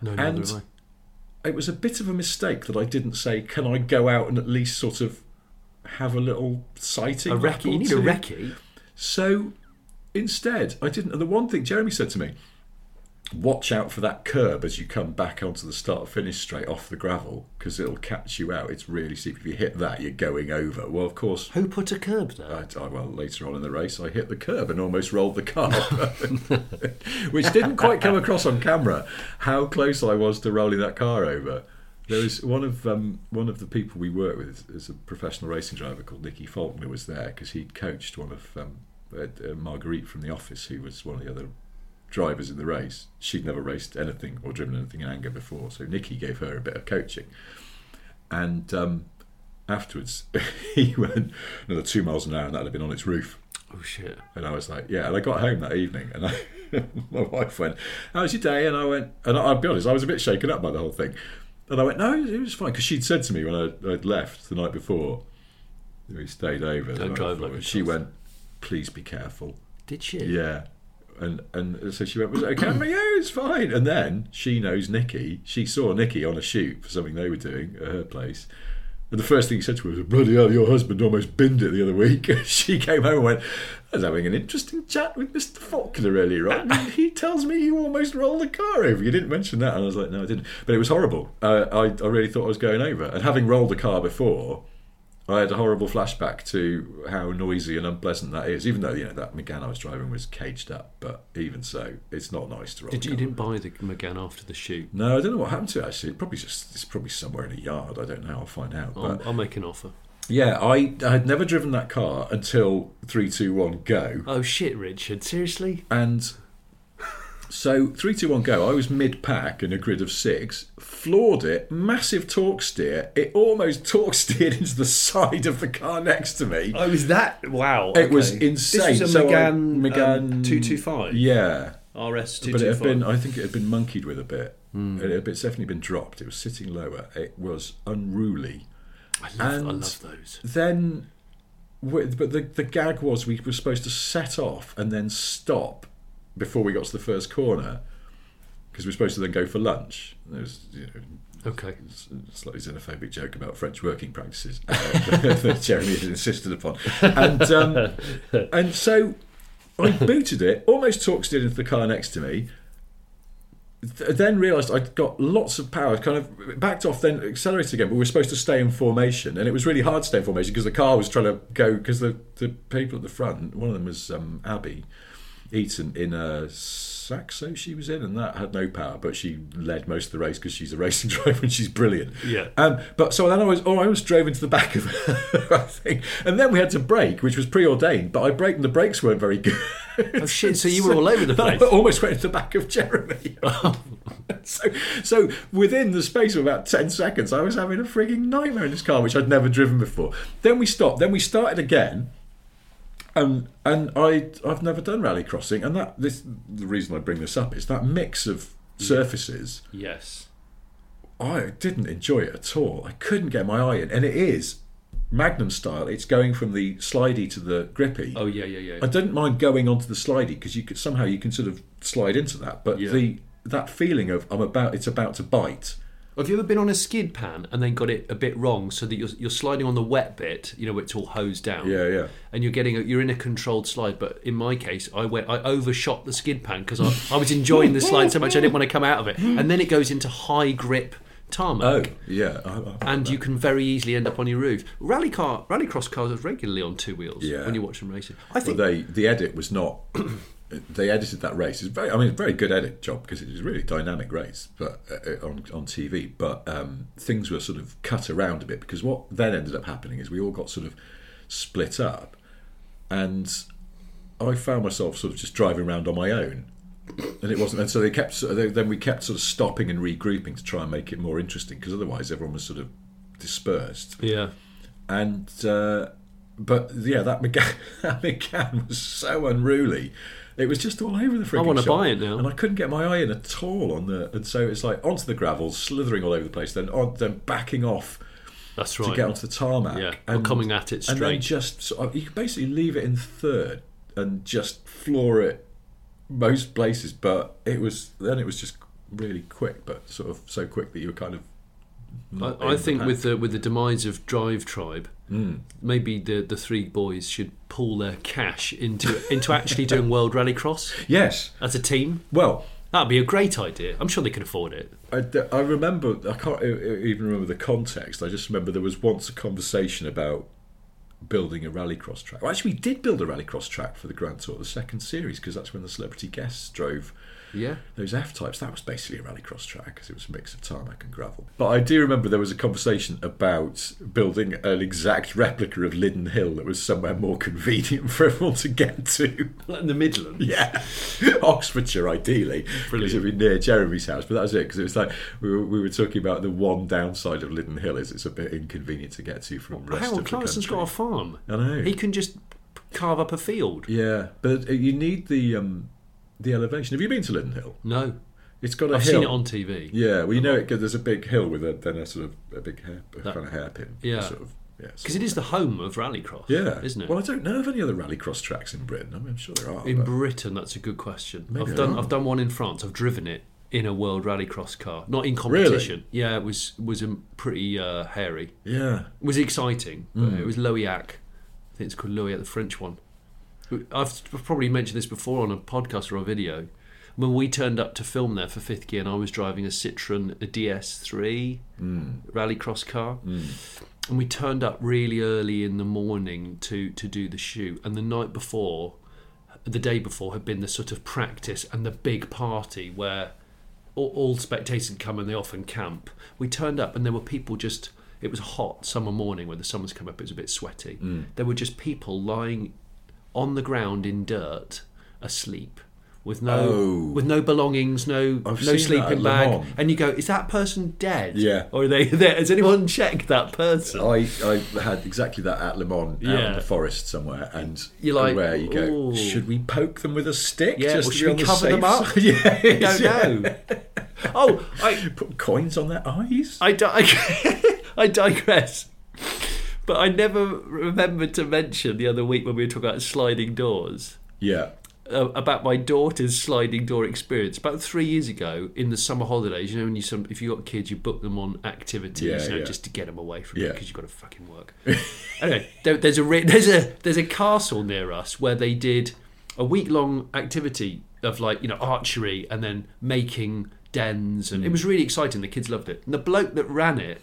S2: No,
S1: And-
S2: neither have
S1: It was a bit of a mistake that I didn't say, Can I go out and at least sort of have a little sighting?
S2: I. a
S1: lap
S2: recce.
S1: or
S2: You need a
S1: two?"
S2: recce.
S1: So instead, I didn't. And the one thing Jeremy said to me, watch out for that curb as you come back onto the start finish straight off the gravel because it'll catch you out. It's really steep. If you hit that, you're going over. Well, of course.
S2: Who put a curb there?
S1: I, I- well, later on in the race, I hit the curb and almost rolled the car, which didn't quite come across on camera. How close I was to rolling that car over. There was one of um, one of the people we work with is a professional racing driver called Nicky Faulkner was there because he'd coached one of um, uh, uh, Marguerite from the office, who was one of the other drivers in the race. She'd never raced anything or driven anything in anger before, so Nicky gave her a bit of coaching. And um, afterwards, he went another two miles an hour, and that had been on its roof.
S2: Oh shit.
S1: And I was like, yeah. And I got home that evening, and I, my wife went, "How was your day?" And I went, and I, I'll be honest, I was a bit shaken up by the whole thing. And I went, "No, it was fine," because she'd said to me when I, I'd left the night before, we stayed over. the
S2: Don't
S1: night
S2: drive
S1: before,
S2: like
S1: and
S2: a
S1: she
S2: chump.
S1: went, "Please be careful."
S2: Did she?
S1: Yeah. And and so she went, was it okay? I'm like, yeah, it's fine. And then she knows Nikki. She saw Nikki on a shoot for something they were doing at her place. And the first thing he said to her was, bloody hell, your husband almost binned it the other week. she came home and went, I was having an interesting chat with Mr. Faulkner earlier on. and he tells me you almost rolled the car over. You didn't mention that. And I was like, no, I didn't. But it was horrible. Uh, I, I really thought I was going over. And having rolled the car before, I had a horrible flashback to how noisy and unpleasant that is. Even though you know that McGann I was driving was caged up, but even so, it's not nice to roll.
S2: Did you,
S1: a
S2: you
S1: car.
S2: didn't buy the McGann after the shoot?
S1: No, I don't know what happened to it. Actually, it probably just it's probably somewhere in a yard. I don't know. I'll find out.
S2: I'll,
S1: But
S2: I'll make an offer.
S1: yeah, I, I had never driven that car until three, two, one, go.
S2: Oh shit, Richard. Seriously?
S1: And so three, two, one, go. I was mid pack in a grid of six, floored it, massive torque steer. It almost torque steered into the side of the car next to me.
S2: Oh, is that wow?
S1: It was insane.
S2: This was a
S1: So I-
S2: Megane,
S1: Megane-
S2: two two five.
S1: Yeah,
S2: RS two
S1: but it
S2: two
S1: had been.
S2: five. Hmm.
S1: I think it had been monkeyed with a bit. It had, it's definitely been dropped. It was sitting lower. It was unruly.
S2: I love, I
S1: and-
S2: love those.
S1: Then, wi- but the the gag was we were supposed to set off and then stop before we got to the first corner because we were supposed to then go for lunch. There was you know,
S2: Okay.
S1: s- slightly xenophobic joke about French working practices uh, that Jeremy had insisted upon. And, um, and so I booted it, almost talked it into the car next to me. Th- then realised I'd got lots of power, kind of backed off, then accelerated again. But we were supposed to stay in formation, and it was really hard to stay in formation because the car was trying to go. Because the, the people at the front, one of them was um, Abby Eaton in a Saxo she was in, and that had no power, but she led most of the race because she's a racing driver and she's brilliant.
S2: Yeah.
S1: Um, but so then I was, oh, I almost drove into the back of her, I think. And then we had to brake, which was preordained, but I braked and the brakes weren't very good.
S2: Oh shit! So you were all over the place.
S1: I almost went into the back of Jeremy. so, so within the space of about 10 seconds, I was having a frigging nightmare in this car, which I'd never driven before. Then we stopped, then we started again. Um, and I, I've never done rally crossing, and that this the reason I bring this up is that mix of surfaces.
S2: Yes.
S1: I didn't enjoy it at all. I couldn't get my eye in, and it is Magnum style. It's going from the slidey to the grippy.
S2: Oh yeah, yeah, yeah.
S1: I didn't mind going onto the slidey because you could somehow you can sort of slide into that, but
S2: Yeah.
S1: the that feeling of I'm about it's about to bite.
S2: Have you ever been on a skid pan and then got it a bit wrong so that you're, you're sliding on the wet bit, you know, where it's all hosed down?
S1: Yeah, yeah.
S2: And you're getting a, you're in a controlled slide, but in my case, I went I overshot the skid pan because I, I was enjoying the slide so much I didn't want to come out of it, and then it goes into high grip
S1: Oh
S2: tarmac.
S1: yeah, I, I,
S2: And you can very easily end up on your roof. Rally car, rallycross cars are regularly on two wheels
S1: Yeah.
S2: when you watch them racing. I
S1: well,
S2: think
S1: they the edit was not. they edited that race. It's very, I mean, a very good edit job because it was a really dynamic race, but uh, on on TV. But um, things were sort of cut around a bit because what then ended up happening is we all got sort of split up, and I found myself sort of just driving around on my own. And it wasn't, and so they kept. so they- Then we kept sort of stopping and regrouping to try and make it more interesting, because otherwise everyone was sort of dispersed
S2: yeah.
S1: and uh, but yeah, that McGann, that McGann was so unruly. It was just all over the freaking.
S2: wanna
S1: shop.
S2: buy it now.
S1: and I couldn't get my eye in at all on the. And so it's like onto the gravel, slithering all over the place, then on, then backing off
S2: That's
S1: to
S2: right.
S1: get onto the tarmac.
S2: Yeah, or coming at it
S1: And then
S2: straight.
S1: just so you can basically leave it in third and just floor it most places. But it was then it was just really quick, but sort of so quick that you were kind of. not in
S2: I, I
S1: Hmm. the
S2: think
S1: pack.
S2: with the with the demise of Drive Tribe, maybe the the three boys should pool their cash into into actually doing World Rallycross
S1: yes,
S2: as a team.
S1: well.
S2: That'd be a great idea. I'm sure they can afford it.
S1: I, d- I remember I can't e- e- even remember the context. I just remember there was once a conversation about building a rallycross track. Well, actually, we did build a rallycross track for the Grand Tour, the second series, because that's when the celebrity guests drove
S2: Yeah.
S1: those F types. That was basically a rallycross track because it was a mix of tarmac and gravel. But I do remember there was a conversation about building an exact replica of Liddon Hill that was somewhere more convenient for everyone to get to.
S2: In the Midlands.
S1: Yeah, Oxfordshire ideally, because it'd be near Jeremy's house. But that was it because it was like we were, we were talking about the one downside of Liddon Hill is it's a bit inconvenient to get to from rest
S2: Harold
S1: of the
S2: Clarkson's
S1: country.
S2: got a farm.
S1: I know.
S2: He can just carve up a field.
S1: yeah, but uh, you need the um, the elevation. Have you been to Liddon Hill?
S2: No.
S1: It's got a
S2: I've
S1: hill.
S2: seen it on TV.
S1: Yeah, well, you know it. 'cause There's a big hill with a then a sort of a big hair, a kind of hairpin.
S2: Yeah.
S1: sort of. Yeah.
S2: Because
S1: sort
S2: it is the home of Rallycross.
S1: of- yeah,
S2: Isn't it?
S1: Well, I don't know of any other rallycross tracks in Britain. I mean, I'm sure there are.
S2: In
S1: but-
S2: Britain, that's a good question.
S1: Maybe
S2: I've done
S1: not.
S2: I've done one in France. I've driven it in a World Rallycross car, not in competition. Yeah, it was was um pretty uh, hairy.
S1: yeah.
S2: It was exciting. but
S1: Hmm.
S2: It was Loiac. I think it's called Loiac, the French one. I've probably mentioned this before on a podcast or a video. When we turned up to film there for fifth gear, and I was driving a Citroen a DS3
S1: Hmm.
S2: rallycross car, and we turned up really early in the morning to to do the shoot, and the night before, the day before had been the sort of practice and the big party where all, all spectators had come and they often camp. We turned up and there were people just. It was a hot summer morning when the sun's come up. It was a bit sweaty.
S1: Hmm.
S2: There were just people lying on the ground in dirt, asleep, with no
S1: Oh.
S2: with no belongings, no
S1: I've
S2: no
S1: seen that at
S2: sleeping
S1: Le
S2: bag.
S1: Mans.
S2: And you go, is that person dead?
S1: Yeah.
S2: Or are they, there? Has anyone checked that person?
S1: I, I had exactly that at Le Mans out
S2: Yeah.
S1: in the forest somewhere, and
S2: You're like,
S1: where you go,
S2: "Ooh."
S1: should we poke them with a stick?
S2: Yeah,
S1: just
S2: or
S1: to
S2: should
S1: be
S2: we
S1: on the
S2: cover them
S1: safe
S2: up?
S1: side?" yeah,
S2: I don't
S1: yeah.
S2: know. oh, I
S1: Put coins on their eyes.
S2: I, di- I digress. But I never remembered to mention the other week when we were talking about sliding doors
S1: yeah,
S2: uh, about my daughter's sliding door experience about three years ago in the summer holidays. You know, when you some if you got kids, you book them on activities,
S1: Yeah,
S2: you know,
S1: yeah.
S2: just to get them away from you
S1: Yeah.
S2: because you've got to fucking work. anyway, there, there's a re- there's a there's a castle near us where they did a week long activity of like you know archery and then making dens,
S1: Hmm.
S2: and it was really exciting. The kids loved it. And the bloke that ran it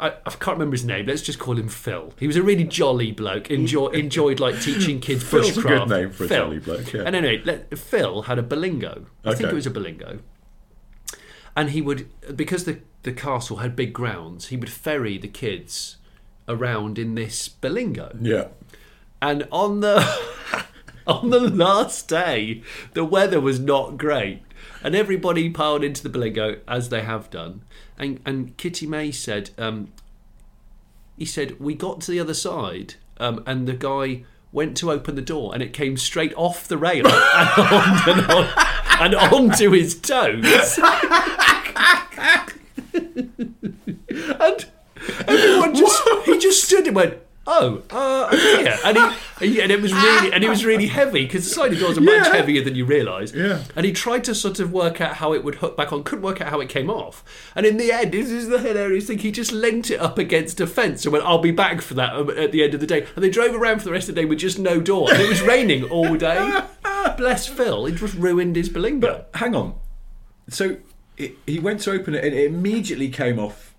S2: I, I can't remember his name. Let's just call him Phil. He was a really jolly bloke. Enjoy, enjoyed like teaching kids
S1: Phil's a good
S2: bushcraft.
S1: name for a jolly bloke, yeah.
S2: And anyway, let, Phil had a bilingo. I think
S1: Okay.
S2: it was a bilingo. And he would, because the the castle had big grounds, he would ferry the kids around in this bilingo.
S1: Yeah.
S2: And on the on the last day, the weather was not great, and everybody piled into the Bilingo as they have done. And and Kitty May said, um, he said we got to the other side, um, and the guy went to open the door, and it came straight off the rail and, on, and, on, and onto his toes. and everyone just he just stood and went, "Oh, uh, yeah," and he, and he- and it was really and it was really heavy because the sliding doors are much
S1: Yeah.
S2: heavier than you realise.
S1: Yeah.
S2: And he tried to sort of work out how it would hook back on, couldn't work out how it came off. And in the end, this is the hilarious thing. He just leant it up against a fence and went, "I'll be back for that um, at the end of the day." And they drove around for the rest of the day with just no door. And it was raining all day. Bless Phil, it just ruined his bilingo.
S1: But hang on. So it, he went to open it and it immediately came off.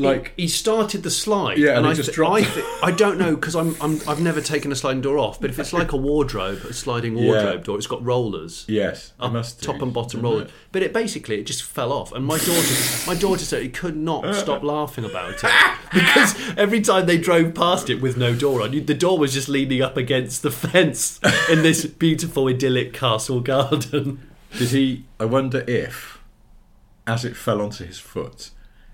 S1: Like,
S2: he started the slide.
S1: Yeah, and it
S2: I,
S1: just
S2: thi-
S1: dropped.
S2: I, thi- I don't know because I'm, I'm I've never taken a sliding door off, but if it's like a wardrobe, a sliding wardrobe door, it's got rollers.
S1: yes, I
S2: Up,
S1: must do,
S2: top and bottom
S1: didn't
S2: rollers.
S1: it?
S2: But it basically it just fell off, and my daughter my daughter said it could not stop laughing about it because every time they drove past it with no door on, you, the door was just leaning up against the fence in this beautiful idyllic castle garden.
S1: Did he? I wonder if, as it fell onto his foot,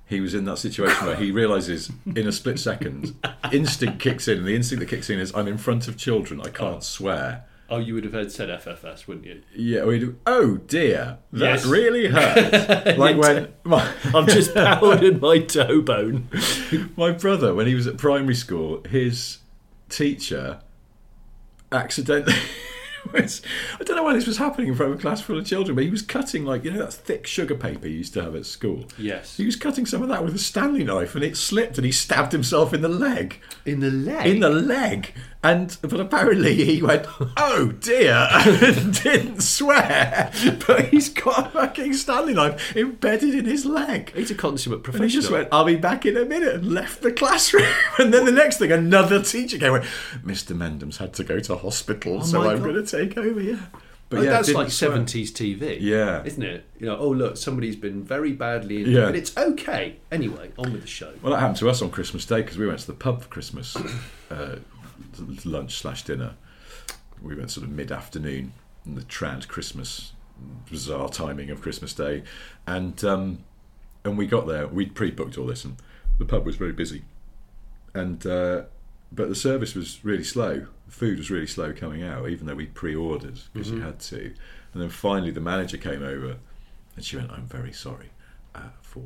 S1: he was in that situation where he realizes in a split second, instinct kicks in, and the instinct that kicks in is, "I'm in front of children. I can't swear."
S2: Oh, you would have heard said FFS, wouldn't you?
S1: Yeah, we do. Oh dear, that
S2: Yes.
S1: really hurt. like when my,
S2: I've just powdered my toe bone.
S1: my brother, when he was at primary school, his teacher accidentally. was- I don't know why this was happening in front of a class full of children, but he was cutting like you know that thick sugar paper you used to have at school.
S2: Yes.
S1: he was cutting some of that with a Stanley knife, and it slipped, and he stabbed himself in the leg.
S2: In the leg.
S1: In the leg, and but apparently he went, "Oh dear," and didn't swear, but he's got a fucking Stanley knife embedded in his leg.
S2: He's a consummate
S1: And
S2: professional.
S1: he just went, I'll be back in a minute, and left the classroom. And then the next thing, another teacher came and went, Mr. Mendham's had to go to hospital, so
S2: Oh my
S1: I'm
S2: God.
S1: going to take over here. But
S2: But that's
S1: didn't
S2: like
S1: oh, swear.
S2: seventies TV,
S1: Yeah.
S2: isn't it? You know, oh look, somebody's been very badly injured,
S1: Yeah.
S2: but it's okay anyway. On with the show.
S1: Well, that happened to us on Christmas Day because we went to the pub for Christmas uh, lunch slash dinner. We went sort of mid afternoon in the trad Christmas bizarre timing of Christmas Day, and um, and we got there. We'd pre booked all this, and the pub was very busy, and uh, but the service was really slow. The food was really slow coming out, even though we pre ordered because
S2: Mm-hmm.
S1: you had to. And then finally, the manager came over, and she went, "I'm very sorry." uh, for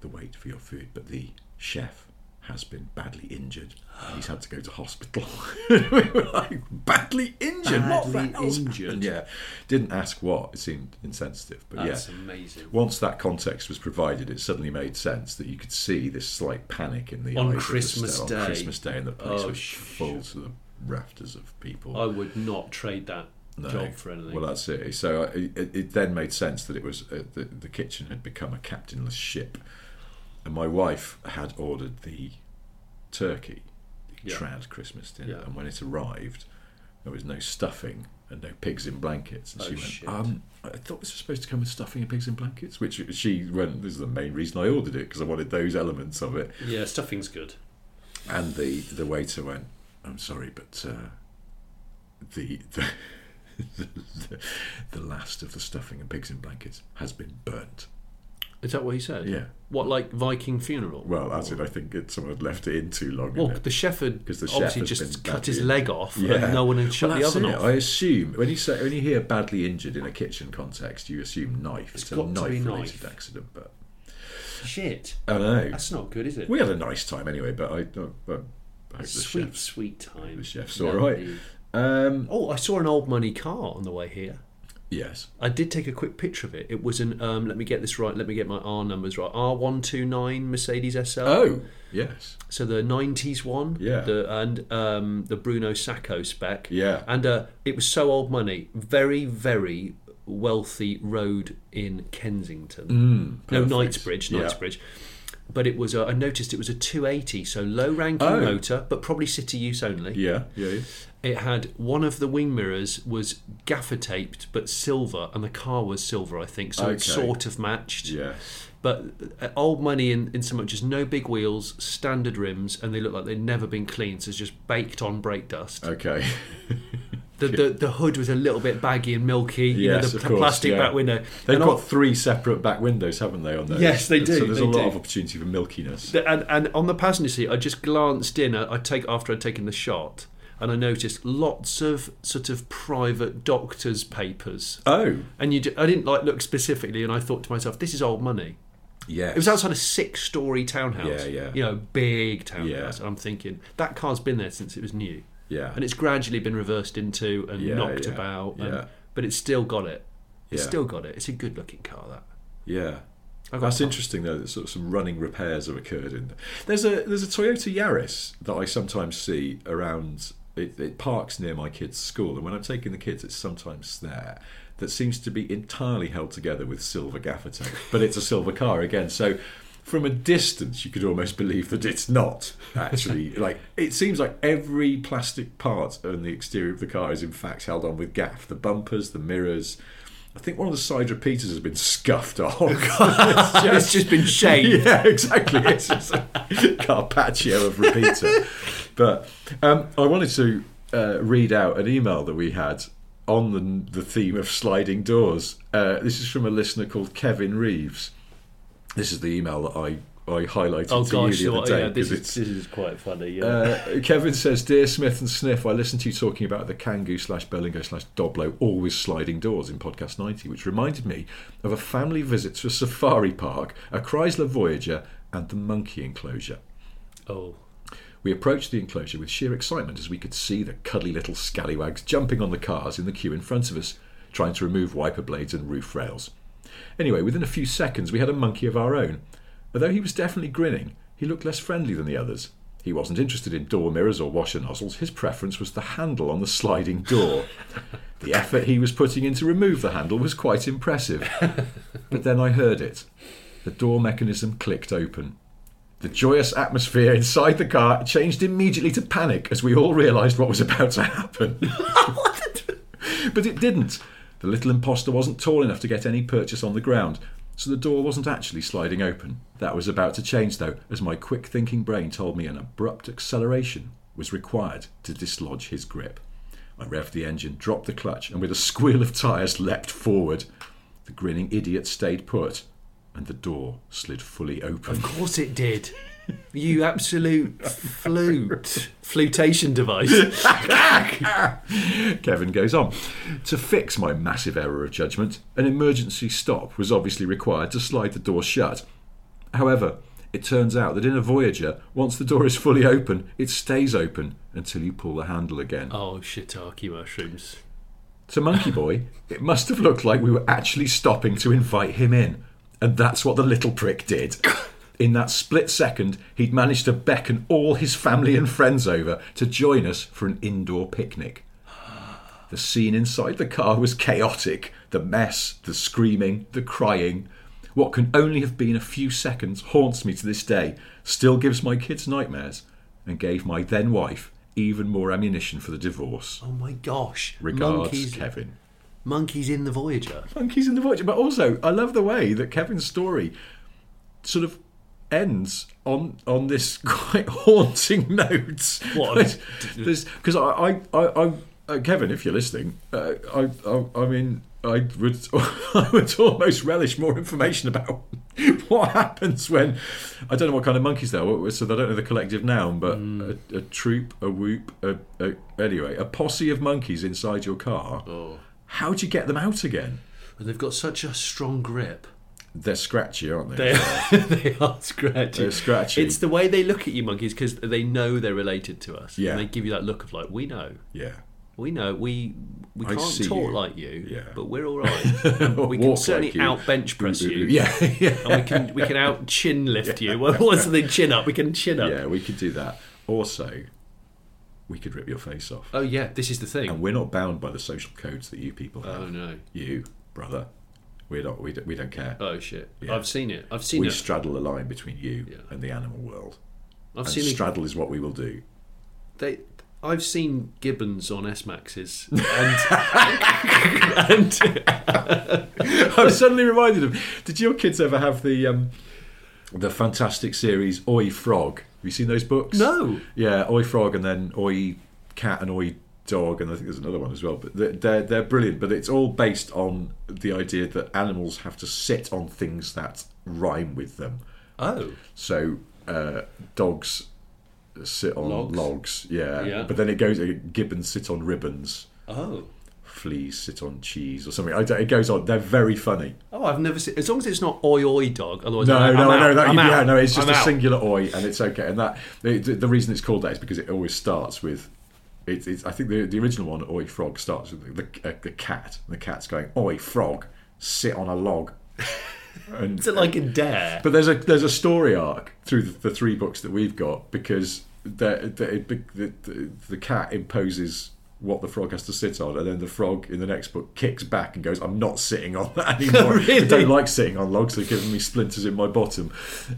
S1: the wait for your food, but the chef has been badly injured. And he's had to go to hospital. we were like, badly injured? what the
S2: Badly
S1: hell's
S2: injured.
S1: happened?" Yeah. Didn't ask what. It seemed insensitive. But
S2: That's
S1: yeah.
S2: amazing.
S1: Once that context was provided, it suddenly made sense that you could see this slight panic in the
S2: On
S1: eyes of the
S2: Christmas
S1: staff-
S2: Day.
S1: On Christmas Day, and the place
S2: Oh,
S1: was
S2: sh- Oh,
S1: full to the rafters of people.
S2: I would not trade that
S1: No.
S2: job for anything.
S1: Well, uh, that's it. So I- it, it then made sense that it was uh, the, the kitchen had become a captainless ship, and my wife had ordered the turkey, the
S2: Yeah.
S1: trad Christmas dinner,
S2: Yeah.
S1: and when it arrived, there was no stuffing and no pigs in blankets, and
S2: Oh,
S1: she went,
S2: shit.
S1: "Um, I thought this was supposed to come with stuffing and pigs in blankets," which she went, "This is the main reason I ordered it because I wanted those elements of it."
S2: yeah, stuffing's good.
S1: And the, the waiter went, I'm sorry, but uh, the, the, the the last of the stuffing and pigs in blankets has been burnt.
S2: Is that what he said?
S1: Yeah.
S2: What, like Viking funeral?
S1: Well, that's it. I think it, someone had left it in too long.
S2: Well,
S1: innit?
S2: the shepherd
S1: 'Cause the chef
S2: obviously
S1: has
S2: just
S1: been
S2: cut
S1: badly
S2: his
S1: in-
S2: leg off, and no one had shut
S1: Well,
S2: the
S1: that's
S2: oven
S1: it.
S2: off.
S1: I assume when you say when you hear badly injured in a kitchen context, you assume knife. It's, a
S2: got to be
S1: knife-related
S2: knife.
S1: accident, but
S2: Shit,
S1: I know.
S2: that's not good, is it?
S1: we had a nice time anyway, but I, I, I hope the
S2: sweet,
S1: chef's
S2: sweet time.
S1: the chef's all right. Um,
S2: Oh, I saw an old money car on the way here.
S1: yes,
S2: I did take a quick picture of it. It was an um, let me get this right. Let me get my R numbers right. R one two nine Mercedes SL.
S1: Oh, yes.
S2: so the nineties one.
S1: Yeah.
S2: the, and um, the Bruno Sacco spec.
S1: Yeah.
S2: and uh, it was so old money. Very very wealthy road in Kensington. no
S1: Mm, perfect.
S2: Knightsbridge,
S1: Yeah.
S2: Knightsbridge. But it was a, I noticed it was a 280, so low ranking
S1: Oh.
S2: motor, but probably city use only.
S1: Yeah, yeah, yeah.
S2: It had one of the wing mirrors was gaffer taped, but silver, and the car was silver, I think. So it
S1: Okay.
S2: sort of matched.
S1: Yes.
S2: But uh, old money in, in so much as no big wheels, standard rims, and they look like they've never been cleaned. So it's just baked on brake dust.
S1: Okay.
S2: The, the the hood was a little bit baggy and milky. you know,
S1: Yes,
S2: the,
S1: of
S2: the
S1: course,
S2: plastic
S1: yeah.
S2: back window.
S1: They've
S2: and
S1: got
S2: old-
S1: three separate back windows, haven't they? On those.
S2: Yes, they do,
S1: So there's a
S2: they
S1: lot
S2: do.
S1: of opportunity for milkiness.
S2: The- and, and on the passenger seat, I just glanced in. uh, I, I take after I'd taken the shot, and I noticed lots of sort of private doctors' papers.
S1: Oh,
S2: And you, d- I didn't like look specifically, and I thought to myself, "This is old money."
S1: yes.
S2: It was outside a six-story
S1: Yeah,
S2: townhouse.
S1: yeah.
S2: You know, big townhouse.
S1: Yeah.
S2: And I'm thinking that car's been there since it was new.
S1: Yeah.
S2: And it's gradually been reversed into and
S1: Yeah,
S2: knocked
S1: yeah,
S2: about. And,
S1: yeah.
S2: But it's still got it. It's
S1: Yeah.
S2: still got it. It's a good-looking car. That.
S1: Yeah.
S2: got
S1: That's
S2: that.
S1: interesting though. That sort of some running repairs have occurred in there. There's a there's a Toyota Yaris that I sometimes see around. It, it parks near my kids' school, and when I'm taking the kids, it's sometimes there. That seems to be entirely held together with silver gaffer tape, but it's a silver car again. So, from a distance, you could almost believe that it's not actually. like it seems like every plastic part on the exterior of the car is in fact held on with gaff. The bumpers, the mirrors. I think one of the side repeaters has been scuffed off.
S2: it's just been shaved.
S1: Yeah, exactly. It's just a Carpaccio of repeater. but um, I wanted to uh, read out an email that we had on the, the theme of sliding doors. Uh, this is from a listener called Kevin Reeves. This is the email that I, I highlighted
S2: Oh
S1: to
S2: gosh,
S1: you the
S2: so,
S1: other day.
S2: yeah, this
S1: 'cause
S2: is, this is quite funny. Yeah.
S1: uh, Kevin says, Dear Smith and Sniff, I listened to you talking about the Kangoo slash Berlingo slash Doblo always sliding doors in podcast 90, which reminded me of a family visit to a safari park, a Chrysler Voyager, and the monkey enclosure.
S2: oh.
S1: We approached the enclosure with sheer excitement as we could see the cuddly little scallywags jumping on the cars in the queue in front of us, trying to remove wiper blades and roof rails. Anyway, within a few seconds, we had a monkey of our own. Although he was definitely grinning, he looked less friendly than the others. He wasn't interested in door mirrors or washer nozzles, his preference was the handle on the sliding door. the effort he was putting in to remove the handle was quite impressive. but then I heard it. The door mechanism clicked open. The joyous atmosphere inside the car changed immediately to panic as we all realised what was about to happen. but it didn't. The little imposter wasn't tall enough to get any purchase on the ground, so the door wasn't actually sliding open. That was about to change, though, as my quick thinking brain told me an abrupt acceleration was required to dislodge his grip. I revved the engine, dropped the clutch, and with a squeal of tyres leapt forward. The grinning idiot stayed put, and the door slid fully open.
S2: Of course it did. You absolute flute. Flutation device.
S1: Kevin goes on. To fix my massive error of judgment, an emergency stop was obviously required to slide the door shut. However, It turns out that in a Voyager, once the door is fully open, it stays open until you pull the handle again.
S2: Oh, shiitake mushrooms.
S1: To Monkey Boy, it must have looked like we were actually stopping to invite him in. And that's what the little prick did. In that split second, he'd managed to beckon all his family and friends over to join us for an indoor picnic. The scene inside the car was chaotic the mess, the screaming, the crying. What can only have been a few seconds haunts me to this day, still gives my kids nightmares, and gave my then wife even more ammunition for the divorce.
S2: Oh my gosh.
S1: Regards,
S2: monkeys,
S1: Kevin.
S2: Monkeys in the Voyager.
S1: Monkeys in the Voyager. But also, I love the way that Kevin's story sort of ends on on this quite haunting note.
S2: What
S1: Because I, I, I, I, uh, Kevin, if you're listening, uh, I, I, I mean, I would, I would almost relish more information about what happens when I don't know what kind of monkeys they are. what- So I don't know the collective noun, but a, a troop, a whoop, a, a anyway, a posse of monkeys inside your car. How do you get them out again?
S2: And they've got such a strong grip.
S1: They're scratchy, aren't they?
S2: They are, they are scratchy.
S1: They're scratchy.
S2: It's the way they look at you, monkeys, because they know they're related to us.
S1: Yeah.
S2: And they give you that look of like, we know.
S1: Yeah.
S2: We know we we
S1: I
S2: can't
S1: see
S2: talk
S1: you.
S2: like you,
S1: Yeah.
S2: but we're all right. And we can
S1: Walk
S2: certainly
S1: like you.
S2: out bench press
S1: Ooh, ooh,
S2: you.
S1: ooh. Yeah, yeah.
S2: And we can we can out chin lift you. Once they chin up, we can chin up.
S1: Yeah, we could do that. Also, we could rip your face off.
S2: Oh yeah, this is the thing.
S1: And we're not bound by the social codes that you people have.
S2: oh no.
S1: You, brother, we're not, we, don't, we don't care.
S2: Oh shit. I've seen it. I've seen
S1: we
S2: it.
S1: straddle a line between you and the animal world.
S2: I've
S1: And
S2: seen it.
S1: straddle is what we will do.
S2: they I've seen gibbons on S Maxes and and
S1: I was suddenly reminded of. Did your kids ever have the um, the fantastic series Oi Frog? Have you seen those books?
S2: No.
S1: Yeah, Oi Frog, and then Oi Cat and Oi Dog, and I think there's another one as well. But they're- they're they're brilliant. But it's all based on the idea that animals have to sit on things that rhyme with them.
S2: oh
S1: So uh, dogs sit on
S2: Logs.
S1: logs. yeah.
S2: Yeah.
S1: But then it goes uh, gibbons sit on ribbons.
S2: oh
S1: Fleas sit on cheese or something. I don't, it goes on. They're very funny.
S2: oh I've never seen as long as it's not oi oi dog otherwise
S1: No,
S2: I'm,
S1: no,
S2: I'm
S1: no,
S2: out,
S1: that,
S2: I'm
S1: yeah,
S2: out,
S1: no. It's just
S2: I'm
S1: a
S2: out.
S1: singular oi, and it's okay. And that the, the reason it's called that is because it always starts with. It's, it's, I think the, the original one, oi frog, starts with the, the, uh, the cat. And the cat's going, oi frog, sit on a log. and,
S2: Is it like a dare?
S1: but there's a there's a story arc through the, the three books that we've got because the the, the, the the cat imposes what the frog has to sit on, and then the frog in the next book kicks back and goes, "I'm not sitting on that anymore. I
S2: Really?
S1: don't like sitting on logs. They're giving me splinters in my bottom."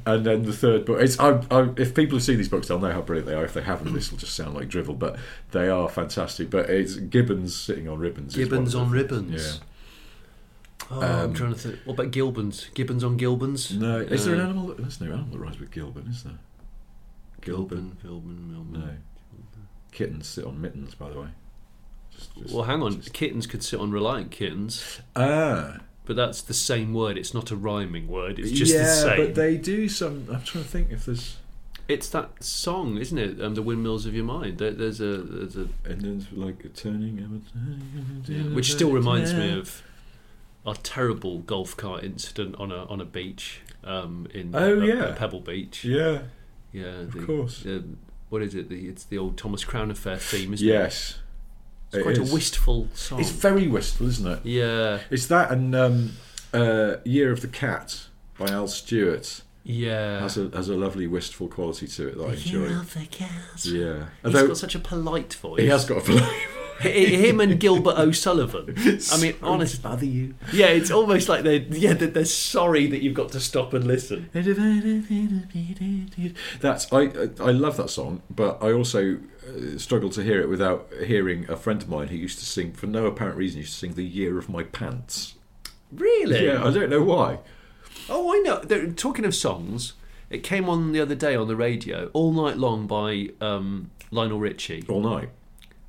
S1: And then the third book, it's I, I, if people have seen these books, they'll know how brilliant they are. If they haven't, this will just sound like drivel, but they are fantastic. But it's Gibbons sitting on ribbons. is
S2: Gibbons
S1: one
S2: on
S1: of the-
S2: ribbons.
S1: Yeah. Um,
S2: Oh, I'm trying to think. What about Gilbans? Gibbons on Gilbans?
S1: No, is there an animal? That, there's no animal that rhymes with Gilbin, is there?
S2: Gilbin, Gilbin, Milbin.
S1: No. Kittens sit on mittens, by the way. Just, just-
S2: Well, hang on. Kittens could sit on reliant kittens,
S1: Ah,
S2: but that's the same word. It's not a rhyming word. It's just
S1: yeah,
S2: the same.
S1: but they do some. I'm trying to think if there's.
S2: It's that song, isn't it? Um, the windmills of your mind. There, there's a, there's a
S1: And then it's like a turning, and a turning, and a turning,
S2: which still reminds
S1: yeah.
S2: me of our terrible golf cart incident on a on a beach um, in
S1: Oh,
S2: uh,
S1: yeah.
S2: Pebble Beach.
S1: Yeah.
S2: yeah the,
S1: course.
S2: The, what is it? The, it's the old Thomas Crown affair theme, isn't it?
S1: Yes.
S2: It's quite
S1: is.
S2: a wistful song.
S1: It's very wistful, isn't it?
S2: yeah,
S1: It's that and um, uh, Year of the Cat by Al Stewart
S2: yeah.
S1: has a has a lovely wistful quality to it that I enjoy. Yeah.
S2: He's
S1: Although
S2: got such a polite voice.
S1: he has got a.
S2: H- Him and Gilbert O'Sullivan. I mean, honest.
S1: bother you.
S2: Yeah, it's almost like they yeah they're, they're sorry that you've got to stop and listen.
S1: That's I I love that song, but I also uh, struggle to hear it without hearing a friend of mine who used to sing for no apparent reason used to sing "The Year of My Pants."
S2: Really?
S1: Yeah, I don't know why.
S2: Oh, I know. They're, talking of songs, it came on the other day on the radio, all night long by um, Lionel Richie.
S1: All night,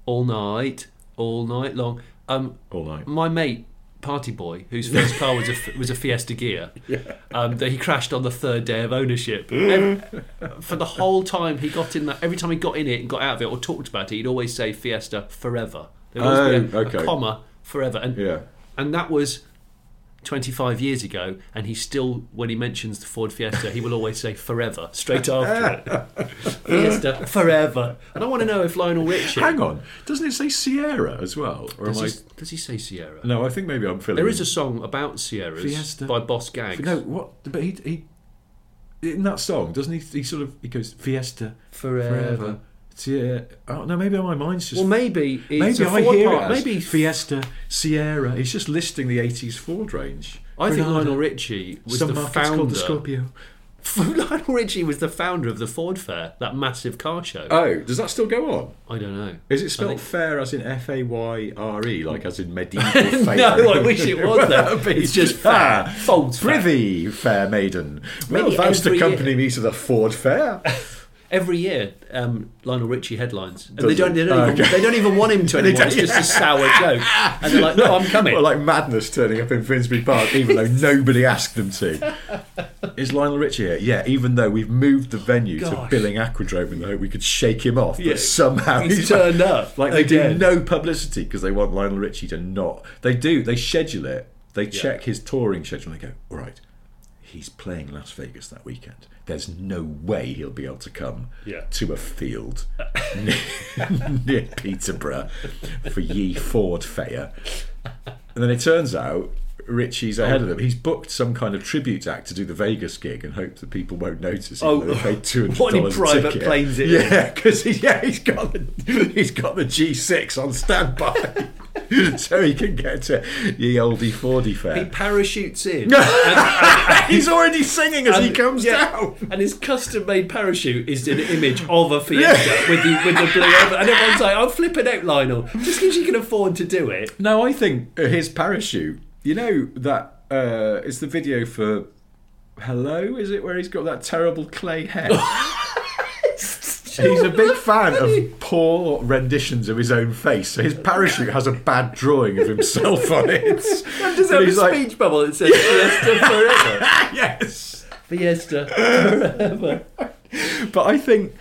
S2: All night, all night long. Um,
S1: all night.
S2: my mate, party boy, whose first car was a f- was a Fiesta Gear, um, that he crashed on the third day of ownership. Ev- for the whole time he got in that, every time he got in it and got out of it or talked about it, he'd always say Fiesta forever. There'd always be
S1: Oh,
S2: a, a
S1: okay.
S2: comma forever, and
S1: Yeah.
S2: and that was 25 years ago, and he still, when he mentions the Ford Fiesta, he will always say forever straight after it. Fiesta forever. And I want to know if Lionel Richie.
S1: Hang on, doesn't it say Sierra as well? Or am
S2: Does
S1: I?
S2: he, does he say Sierra?
S1: No, I think maybe I'm filling.
S2: There is a song about Sierras
S1: Fiesta.
S2: by Boss Gags.
S1: no. What? But he he in that song doesn't he? He sort of he goes Fiesta
S2: Forever.
S1: forever. Sierra. Oh no, maybe my mind's just.
S2: Well, maybe it's
S1: Maybe
S2: a
S1: I
S2: Ford
S1: hear
S2: part.
S1: it. As
S2: Maybe
S1: Fiesta, Sierra. He's just listing the '80s Ford range.
S2: I think
S1: Granada.
S2: Lionel Richie was
S1: Some
S2: the
S1: markets called
S2: founder.
S1: the Scorpio.
S2: Lionel Richie was the founder of the Ford Fair, that massive car show.
S1: Oh, does that still go on?
S2: I don't know.
S1: Is it
S2: I
S1: spelled
S2: think-
S1: fair as in F A Y R E, like as in medieval fair?
S2: No, I wish it was, though.
S1: That would be-
S2: It's just fair.
S1: Ah,
S2: Folds fair.
S1: Prithee, fair maiden. Well,
S2: Maybe
S1: thou'st
S2: every
S1: accompany me to the Ford Fair.
S2: Every year, um, Lionel Richie headlines, and they
S1: Does
S2: don't,
S1: it?
S2: they, don't
S1: Oh,
S2: even,
S1: okay.
S2: they don't even want him to anymore. It's
S1: don't-
S2: just a sour joke, and they're like, "No, I'm coming."
S1: Or like madness turning up in Finsbury Park, even though nobody asked them to. Is Lionel Richie here? Yeah, even though we've moved the venue
S2: Gosh.
S1: to Billing Aquadrome in the hope we could shake him off,
S2: Yeah.
S1: but somehow
S2: He's turned up
S1: Like they
S2: again.
S1: do no publicity because they want Lionel Richie to not. They do. They schedule it. They check his touring schedule and they go, all right, he's playing Las Vegas that weekend. There's no way he'll be able to come
S2: Yeah.
S1: to a field near, near Peterborough for ye Ford Fair. And then it turns out Richie's
S2: Oh.
S1: ahead of them. He's booked some kind of tribute act to do the Vegas gig and hope that people won't notice. Oh,
S2: Oh,
S1: they paid two hundred
S2: what, he
S1: dollars
S2: private
S1: ticket.
S2: planes it in?
S1: Yeah, because he, yeah, he's got the, he's got the G6 on standby, so he can get to ye olde Fordy
S2: he
S1: fair.
S2: parachutes in,
S1: he's already singing as he
S2: And-
S1: comes
S2: yeah.
S1: down.
S2: and his custom-made parachute is an image of a Fiesta with the with the blue. over- And everyone's like, "I'm flipping out, Lionel, just because you can afford to do it."
S1: No, I think his parachute. You know that uh, it's the video for Hello. Is it where he's got that terrible clay head? He's a big fan of poor renditions of his own face, so his parachute has a bad drawing of himself on it. And
S2: Does have a
S1: he's like, "Ah,
S2: speech bubble that says Fiesta forever?
S1: Yes,
S2: Fiesta.
S1: but I think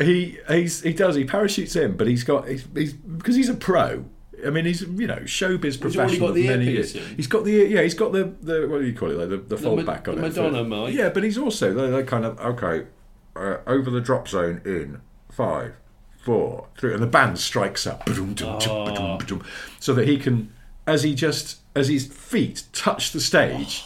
S1: he he's, he does he parachutes in, but he's got he's because he's, a pro. I mean, he's you know showbiz professional.
S2: already got
S1: of
S2: the
S1: many
S2: earpiece
S1: years.
S2: in.
S1: He's got the yeah, he's got the, the what do you call it like the, the, fold
S2: Ma-
S1: back on
S2: the
S1: it.
S2: Madonna mic.
S1: Yeah, but he's also the, the kind of okay uh, over the drop zone in five, four, three, and the band strikes up Ba-dum, dum, dum,
S2: Ah.
S1: ba-dum, ba-dum, so that he can as he just as his feet touch the stage.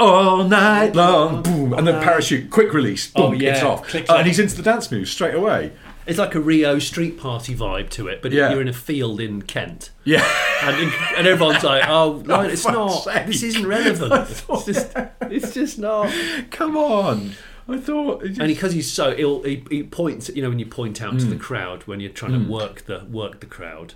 S1: All night long, boom, and then parachute, quick release, boom,
S2: Uh, Oh, yeah.
S1: it's off,
S2: Click,
S1: and
S2: click.
S1: he's into the dance moves straight away.
S2: It's like a Rio street party vibe to it, but
S1: Yeah.
S2: you're in a field in Kent.
S1: Yeah.
S2: And, and everyone's like, oh, Lionel, it's
S1: fuck's
S2: not.
S1: sake.
S2: This isn't relevant.
S1: I thought-
S2: it's, just, it's just not.
S1: Come on. I thought.
S2: And because he's so ill, he, he points. You know, when you point out
S1: Hmm.
S2: to the crowd when you're trying to work the work the crowd,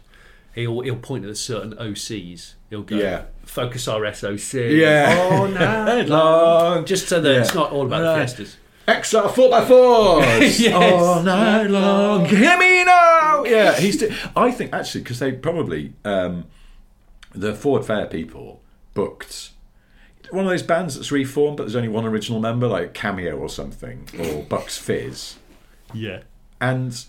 S2: he'll he'll point at certain OCs. He'll go,
S1: Yeah.
S2: focus our SOC.
S1: Yeah.
S2: Oh no.
S1: Long.
S2: Just so that it's not all about the
S1: Right.
S2: fiestas.
S1: XR 4x4s
S2: Yes.
S1: all night long. Hear me now! Yeah, he's. Di- I think actually, because they probably. Um, the Ford Fair people booked one of those bands that's reformed, but there's only one original member, like Cameo or something, or Bucks Fizz.
S2: Yeah.
S1: And.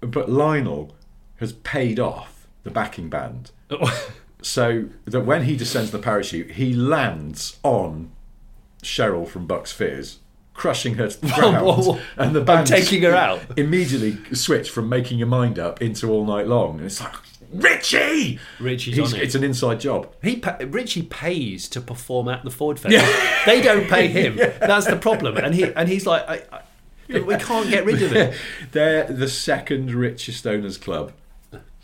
S1: But Lionel has paid off the backing band so that when he descends the parachute, he lands on Cheryl from Bucks Fizz, crushing her to the ground,
S2: Oh, whoa, whoa.
S1: and the band
S2: taking her out.
S1: Immediately switch from making your mind up into all night long, and it's like Richie.
S2: Richie's
S1: He's-
S2: on it.
S1: It's an inside job.
S2: He pa- Richie pays to perform at the Ford Fair. They don't pay him. That's the problem. And he and he's like, I, I, we can't get rid of it.
S1: They're the second richest owners club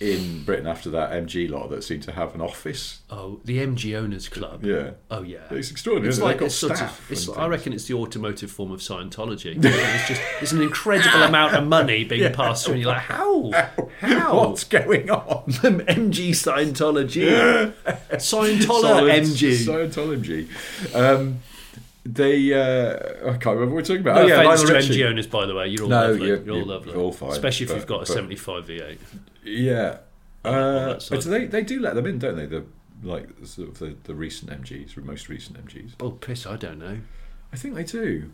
S1: in Britain after that MG lot that seem to have an office.
S2: Oh, the MG Owners Club.
S1: Yeah.
S2: Oh yeah.
S1: It's extraordinary, isn't it? They've got
S2: it's sort of-
S1: staff
S2: it's-
S1: and
S2: I
S1: things.
S2: reckon it's the automotive form of Scientology. it's just it's an incredible amount of money being passed through, and you're like, how? How?
S1: What's going on?
S2: MG Scientology. Scientolo
S1: Solid-
S2: MG.
S1: Solid Tol MG. Um, they, uh, I can't remember what we're talking about.
S2: No
S1: oh, yeah,
S2: offense
S1: Lionel
S2: to
S1: Richie.
S2: MG owners, by the way. You're all
S1: No,
S2: lovely.
S1: you're-
S2: You're, all
S1: you're
S2: lovely.
S1: all fine,
S2: Especially if
S1: but-
S2: you've got a
S1: but-
S2: 75 V8.
S1: Yeah. Uh,
S2: that side.
S1: so they, they do let them in, don't they? The like sort of the, the recent MGs, most recent MGs.
S2: Oh, piss, I don't know.
S1: I think they do.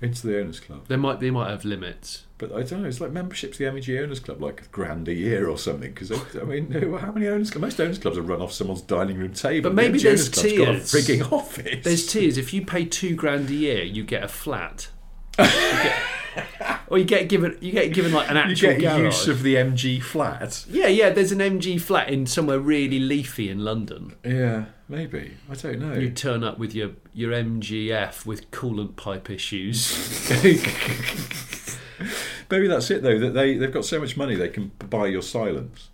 S1: It's the owners' club,
S2: They might they might have limits.
S1: but I don't know. It's like membership to the MEG owners' club, like a grand a year or something. Because I mean, how many owners? clubs? Most owners' clubs are run off someone's dining room table.
S2: But maybe
S1: the
S2: there's
S1: owners' club's
S2: tiers.
S1: got a frigging office.
S2: There's tiers. If you pay two grand a year, you get a flat. You get, or you get given you get given like an
S1: you
S2: actual
S1: get
S2: garage.
S1: use of the MG flat.
S2: yeah, yeah. There's an MG flat in somewhere really leafy in London.
S1: Yeah, maybe. I don't know.
S2: You turn up with your your MGF with coolant pipe issues.
S1: Maybe that's it though. That they they've got so much money they can buy your silence.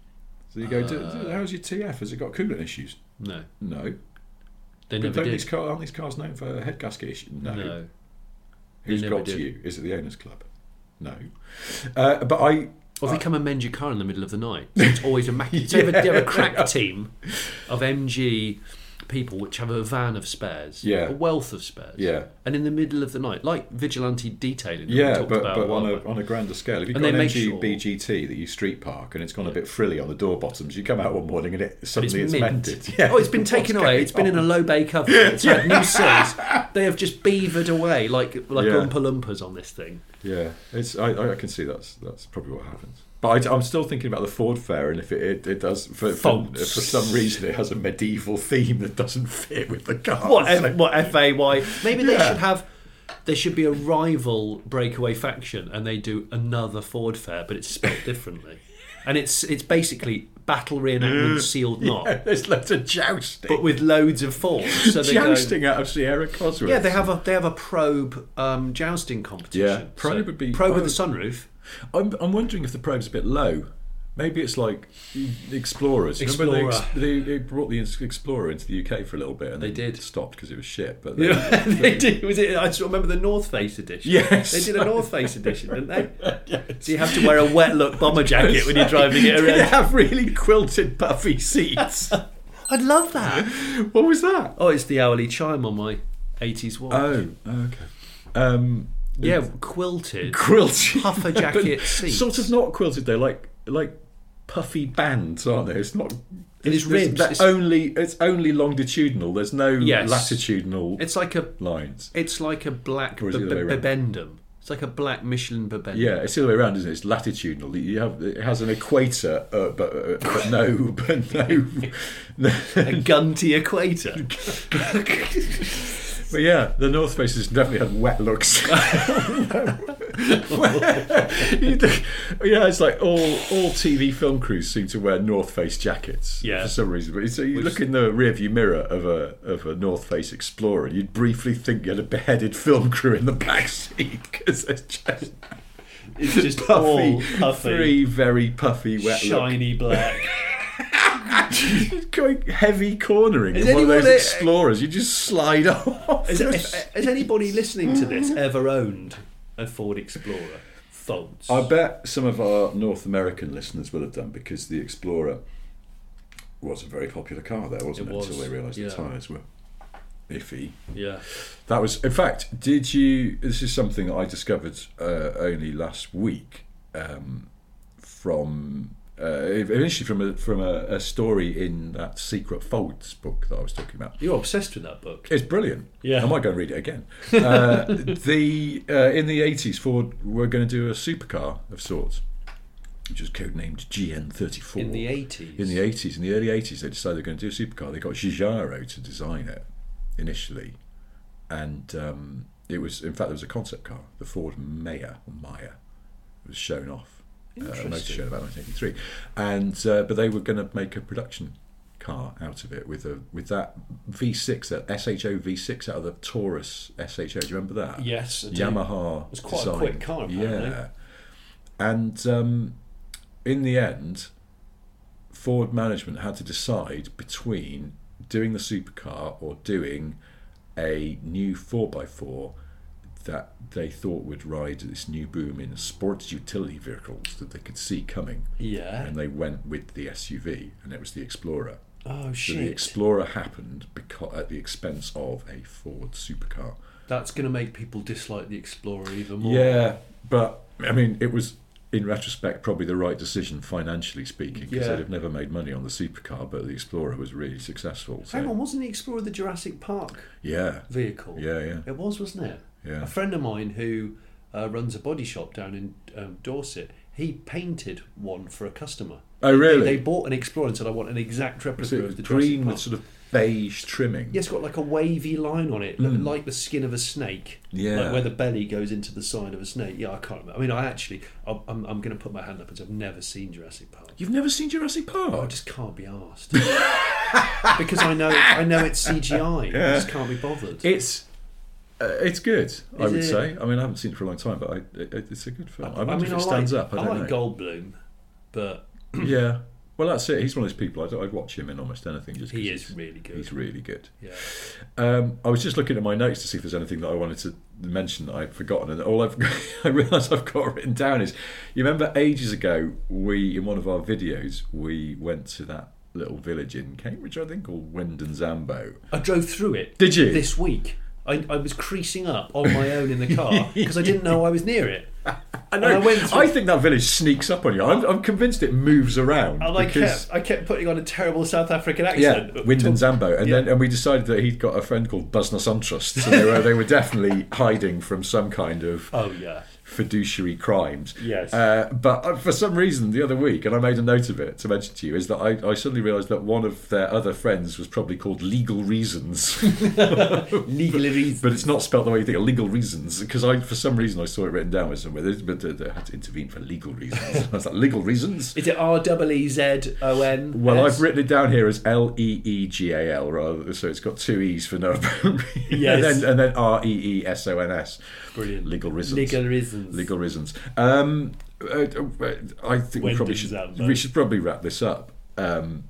S1: So you go, "D-
S2: Uh.
S1: d- how's your TF? Has it got coolant issues?
S2: No,
S1: No.
S2: they
S1: But
S2: never
S1: don't
S2: did.
S1: these car, aren't these cars known for head gasket issues? No.
S2: No.
S1: Who's
S2: never
S1: got to
S2: did.
S1: you? Is it the owners' club? No. Uh, but I.
S2: Or they come and mend your car in the middle of the night. It's always immaculate. So they, have a, they have a crack team of MG people which have a van of spares,
S1: Yeah.
S2: a wealth of spares.
S1: Yeah.
S2: And in the middle of the night, like vigilante detailing. that we
S1: Yeah,
S2: talked
S1: but,
S2: about
S1: but
S2: while
S1: on a
S2: back.
S1: on a grander scale, if you've
S2: And
S1: got
S2: they
S1: an
S2: make
S1: MG
S2: sure-
S1: BGT that you street park and it's gone a bit frilly on the door bottoms, you come out one morning and it suddenly it's,
S2: mint.
S1: mended. Yeah.
S2: Oh, it's been taken
S1: What's
S2: away.
S1: going
S2: It's been in a
S1: on?
S2: low bay cover. It's had new seals. They have just beavered away like like
S1: Yeah.
S2: Oompa Loompas on this thing.
S1: Yeah, it's I- I, I can see that's that's probably what happens. But I, am still thinking about the Ford Fair, and if it, it, it does for, for
S2: Faults.
S1: for some reason it has a medieval theme that doesn't fit with the car.
S2: What eh,
S1: So-
S2: F, what F A Y? Maybe they
S1: Yeah.
S2: should have. There should be a rival breakaway faction, and they do another Ford Fair, but it's spelled differently, and it's it's basically battle reenactment sealed knot,
S1: There's loads of jousting,
S2: but with loads of Fords. So they go,
S1: jousting out of Sierra Cosworth.
S2: yeah, they have a they have a probe um, jousting competition.
S1: Yeah. Probe would be-
S2: probe with a
S1: I
S2: sunroof.
S1: I'm, I'm wondering if the probe's a bit low. Maybe it's like Explorers. Remember
S2: Explorer.
S1: they, ex- they, they brought the Explorer into the UK for a little bit, and they
S2: did.
S1: stopped because it was shit. But
S2: Yeah, they did. Was it? I just remember the North Face edition.
S1: Yes.
S2: they did a North Face edition, didn't they? So you have to wear a wet look bomber jacket when you're driving it
S1: Did it
S2: around.
S1: have really quilted, puffy seats.
S2: I'd love that.
S1: what was that?
S2: Oh, it's the hourly chime on my 80s watch.
S1: Oh, oh, okay. Um,
S2: yeah, quilted.
S1: quilted
S2: Puffer jacket seats.
S1: Sort of not quilted though, like like puffy bands, aren't they? It's not.
S2: it's ribs,
S1: they're
S2: it's-
S1: only it's only longitudinal. There's no
S2: Yes.
S1: latitudinal
S2: It's like a
S1: lines.
S2: it's like a black
S1: Or
S2: b-
S1: is it the other way around?
S2: bibendum. It's like a black Michelin bibendum.
S1: yeah, it's the other way around, isn't it? It's latitudinal. You have it has an equator, uh, but, uh, but no, but no,
S2: A gun to equator.
S1: But yeah, the North Face has definitely had wet looks. You do- yeah, it's like all all TV film crews seem to wear North Face jackets
S2: Yeah.
S1: for some reason. But so you look in the rearview mirror of a of a North Face Explorer, and you'd briefly think you had a beheaded film crew in the back seat because there's just
S2: It's just
S1: puffy, three very puffy wet look.
S2: black.
S1: Going heavy cornering
S2: Is
S1: in one of
S2: anyone
S1: those
S2: a-
S1: Explorers, you just slide off.
S2: Has, has- has anybody listening to
S1: Mm-hmm.
S2: this ever owned a Ford Explorer? Folds.
S1: I bet some of our North American listeners will have done because the Explorer was a very popular car there, wasn't
S2: It
S1: it?
S2: was,
S1: Until they realised
S2: yeah.
S1: the tyres were iffy.
S2: Yeah.
S1: That was, in fact, did you? This is something that I discovered uh, only last week um, from. Uh, initially from a from a, a story in that Secret Folds book that I was talking about.
S2: You're obsessed with that book.
S1: It's brilliant.
S2: Yeah.
S1: I might go and read it again. Uh, the uh, in the eighties, Ford were going to do a supercar of sorts, which was codenamed GN thirty four.
S2: In the 80s?
S1: In the eighties, in the early eighties, they decided they were going to do a supercar. They got Giugiaro to design it initially, and um, it was in fact there was a concept car, the Ford Maya or Maya, It was shown off. Uh, a motor show about 1983, and uh, but they were going to make a production car out of it with a with that V6 that SHO V6 out of the Taurus SHO. Do you remember that?
S2: Yes, I do.
S1: Yamaha. It
S2: was quite a quick car, apparently.
S1: Yeah, and um, in the end, Ford management had to decide between doing the supercar or doing a new 4x4 that they thought would ride this new boom in sports utility vehicles that they could see coming.
S2: Yeah.
S1: And they went with the SUV, and it was the Explorer.
S2: Oh
S1: So
S2: shit!
S1: the Explorer happened because, at the expense of a Ford supercar.
S2: That's going to make people dislike the Explorer even more.
S1: Yeah, but I mean, it was in retrospect probably the right decision financially speaking because
S2: Yeah.
S1: they'd have never made money on the supercar, but the Explorer was really successful. So
S2: Hang on, wasn't the Explorer the Jurassic Park
S1: yeah,
S2: vehicle?
S1: Yeah, yeah.
S2: It was, wasn't it?
S1: Yeah.
S2: A friend of mine who uh, runs a body shop down in um, Dorset, he painted one for a customer.
S1: Oh, really?
S2: They, they bought an Explorer and said, "I want an exact
S1: Is
S2: replica of the
S1: it
S2: Jurassic
S1: green
S2: Park."
S1: with sort of beige trimming?
S2: Yeah, it's got like a wavy line on it, li- like the skin of a snake.
S1: Hmm. Yeah.
S2: Like where the belly goes into the side of a snake. Yeah, I can't remember. I mean, I actually, I'm, I'm, I'm going to put my hand up and say I've never seen Jurassic Park.
S1: You've never seen Jurassic Park?
S2: Oh, I just can't be asked. because I know I know it's CGI. I just can't be bothered.
S1: It's uh, it's good. I
S2: Is
S1: would
S2: it?
S1: say. I mean, I haven't seen it for a long time, but I, it, it's a good film. I, wonder if it
S2: like-
S1: stands up. I don't
S2: like
S1: know.
S2: Goldblum, but
S1: Yeah. Well, that's it. He's one of those people. I'd, I'd watch him in almost anything. Just 'cause
S2: he is
S1: he's-
S2: really good.
S1: He's really good.
S2: yeah.
S1: Um, I was just looking at my notes to see if there's anything that I wanted to mention that I'd forgotten, and all I've I realised I've got written down is, you remember ages ago we in one of our videos we went to that little village in Cambridge, I think, called Wyndon Zambo.
S2: I drove through it.
S1: Did you?
S2: This week. I, I was creasing up on my own in the car because I didn't know I was near it. And I went through-
S1: I think that village sneaks up on you. I'm, I'm convinced it moves around.
S2: And I
S1: because-
S2: kept, I kept putting on a terrible South African
S1: Yeah,
S2: accent.
S1: Wyndon Zambo, and then and we decided that he'd got a friend called Buzna Suntrust, so they were they were definitely hiding from some kind of
S2: Oh, yeah.
S1: fiduciary crimes.
S2: Yes.
S1: Uh, but I, for some reason, the other week, and I made a note of it to mention to you, is that I, I suddenly realised that one of their other friends was probably called Legal Reasons.
S2: Legally reasonable.
S1: but it's not spelled the way you think, legal reasons, because I, for some reason, I saw it written down with somewhere, They- but they, they had to intervene for legal reasons. I was like, legal reasons?
S2: Is it R E E Z O N?
S1: Well, I've written it down here as L E E G A L rather, so it's got two E's for no apparent reason.
S2: Yes.
S1: and then, and then R E E S O N S.
S2: Brilliant.
S1: Legal reasons.
S2: Legal reasons.
S1: Legal reasons. Um, uh, uh, I think we
S2: When
S1: probably
S2: does
S1: should
S2: that vote?
S1: we should probably wrap this up um,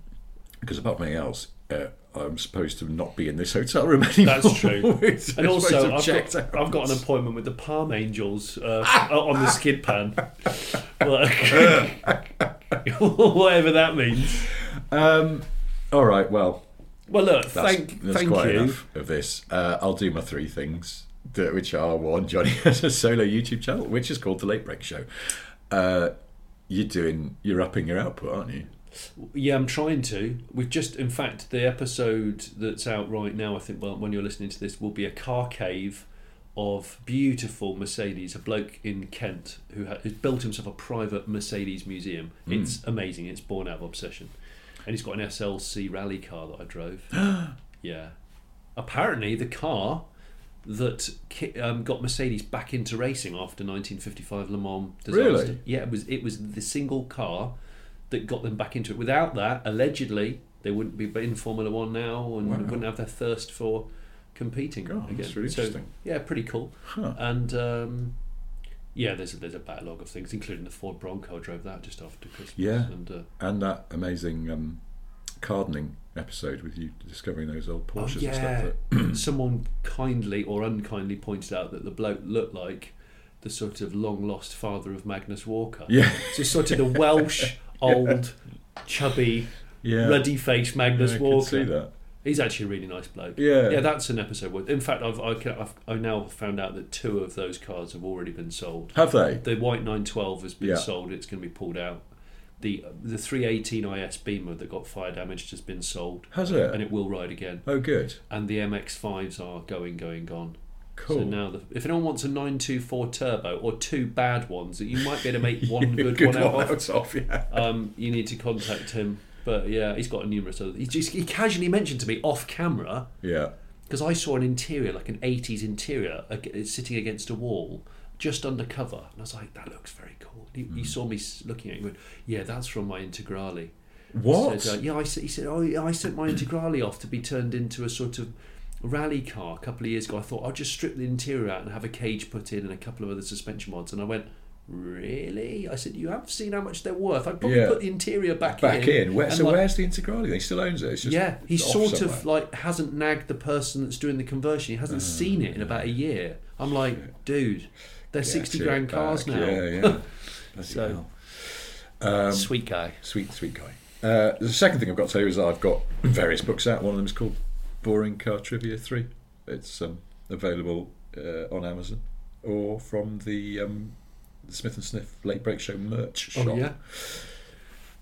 S1: because apart from anything else. Uh, I'm supposed to not be in this hotel room anymore.
S2: That's true.
S1: It's- it's
S2: and also,
S1: supposed to
S2: I've
S1: checked
S2: got,
S1: out.
S2: I've got an appointment with the Palm Angels uh, on the skid pan. Like- Whatever that means.
S1: Um, all right. Well,
S2: Well, look,
S1: that's,
S2: thank,
S1: that's
S2: thank
S1: quite
S2: you.
S1: enough of this. Uh, I'll do my three things, that- which are one, Johnny has a solo YouTube channel, which is called The Late Break Show. Uh, you're doing, you're upping your output, aren't you?
S2: Yeah, I'm trying to. We've just, in fact, the episode that's out right now, I think, well, when you're listening to this, will be a car cave of beautiful Mercedes. A bloke in Kent who ha- who's built himself a private Mercedes museum. It's amazing. It's born out of obsession, and he's got an SLC rally car that I drove. yeah, apparently the car that ki- um, got Mercedes back into racing after 1955 Le Mans disaster.
S1: Really?
S2: Yeah, it was it was the single car that got them back into it. Without that, allegedly, they wouldn't be in Formula One now and wouldn't have their thirst for competing
S1: God,
S2: again.
S1: that's really
S2: So,
S1: interesting.
S2: yeah, pretty cool. And um, yeah, there's a, there's a backlog of things, including the Ford Bronco. I drove that just after Christmas.
S1: Yeah.
S2: and. Uh,
S1: and that amazing um, gardening episode with you discovering those old
S2: Oh,
S1: Porsches and stuff. That,
S2: Someone kindly or unkindly pointed out that the bloke looked like the sort of long lost father of Magnus Walker.
S1: Yeah.
S2: So sort of the Welsh old chubby
S1: Yeah.
S2: ruddy faced Magnus
S1: Yeah, I can
S2: Walker.
S1: see that.
S2: He's actually a really nice bloke.
S1: Yeah.
S2: Yeah, that's an episode worth. In fact, I've I, can, I've I now found out that two of those cars have already been sold.
S1: Have they?
S2: The white 912 has been
S1: Yeah.
S2: sold. It's going to be pulled out. The the 318 IS Beamer that got fire damaged has been sold.
S1: Has it?
S2: And it will ride again
S1: Oh, good.
S2: and the MX5s are going, going, gone.
S1: Cool.
S2: So now, the, if anyone wants a 924 turbo or two bad ones that you might be able to make one good,
S1: Good
S2: one out
S1: one
S2: of,
S1: out of, yeah.
S2: um, you need to contact him. But yeah, he's got a numerous other. He, just, he casually mentioned to me off camera
S1: Yeah.
S2: because I saw an interior, like an 80s interior, ag- sitting against a wall just undercover. And I was like, that looks very cool. He,
S1: Hmm.
S2: he saw me s- looking at it and went, yeah, that's from my Integrale.
S1: What?
S2: Said, uh, yeah, I, s- he said, oh, yeah, I sent my Integrale off to be turned into a sort of rally car a couple of years ago. I thought I'll just strip the interior out and have a cage put in and a couple of other suspension mods. And I went, really? I said, you have seen how much they're worth. I'd probably
S1: Yeah.
S2: put the interior back,
S1: Back in. Where,
S2: and,
S1: so
S2: like,
S1: where's the Integrale? then? He still owns it. It's just
S2: yeah, he
S1: off
S2: sort
S1: somewhere.
S2: of like hasn't nagged the person that's doing the conversion. He hasn't seen it in about a year. I'm like, dude, they're sixty
S1: Shit
S2: grand cars
S1: back.
S2: now.
S1: Yeah, yeah. Bloody
S2: So-
S1: hell.
S2: Sweet guy.
S1: Sweet, sweet guy. Uh, the second thing I've got to tell you is that I've got various books out. One of them is called Boring Car Trivia 3. It's um, available uh, on Amazon or from the um, Smith & Sniff Late Break Show merch shop.
S2: Oh yeah,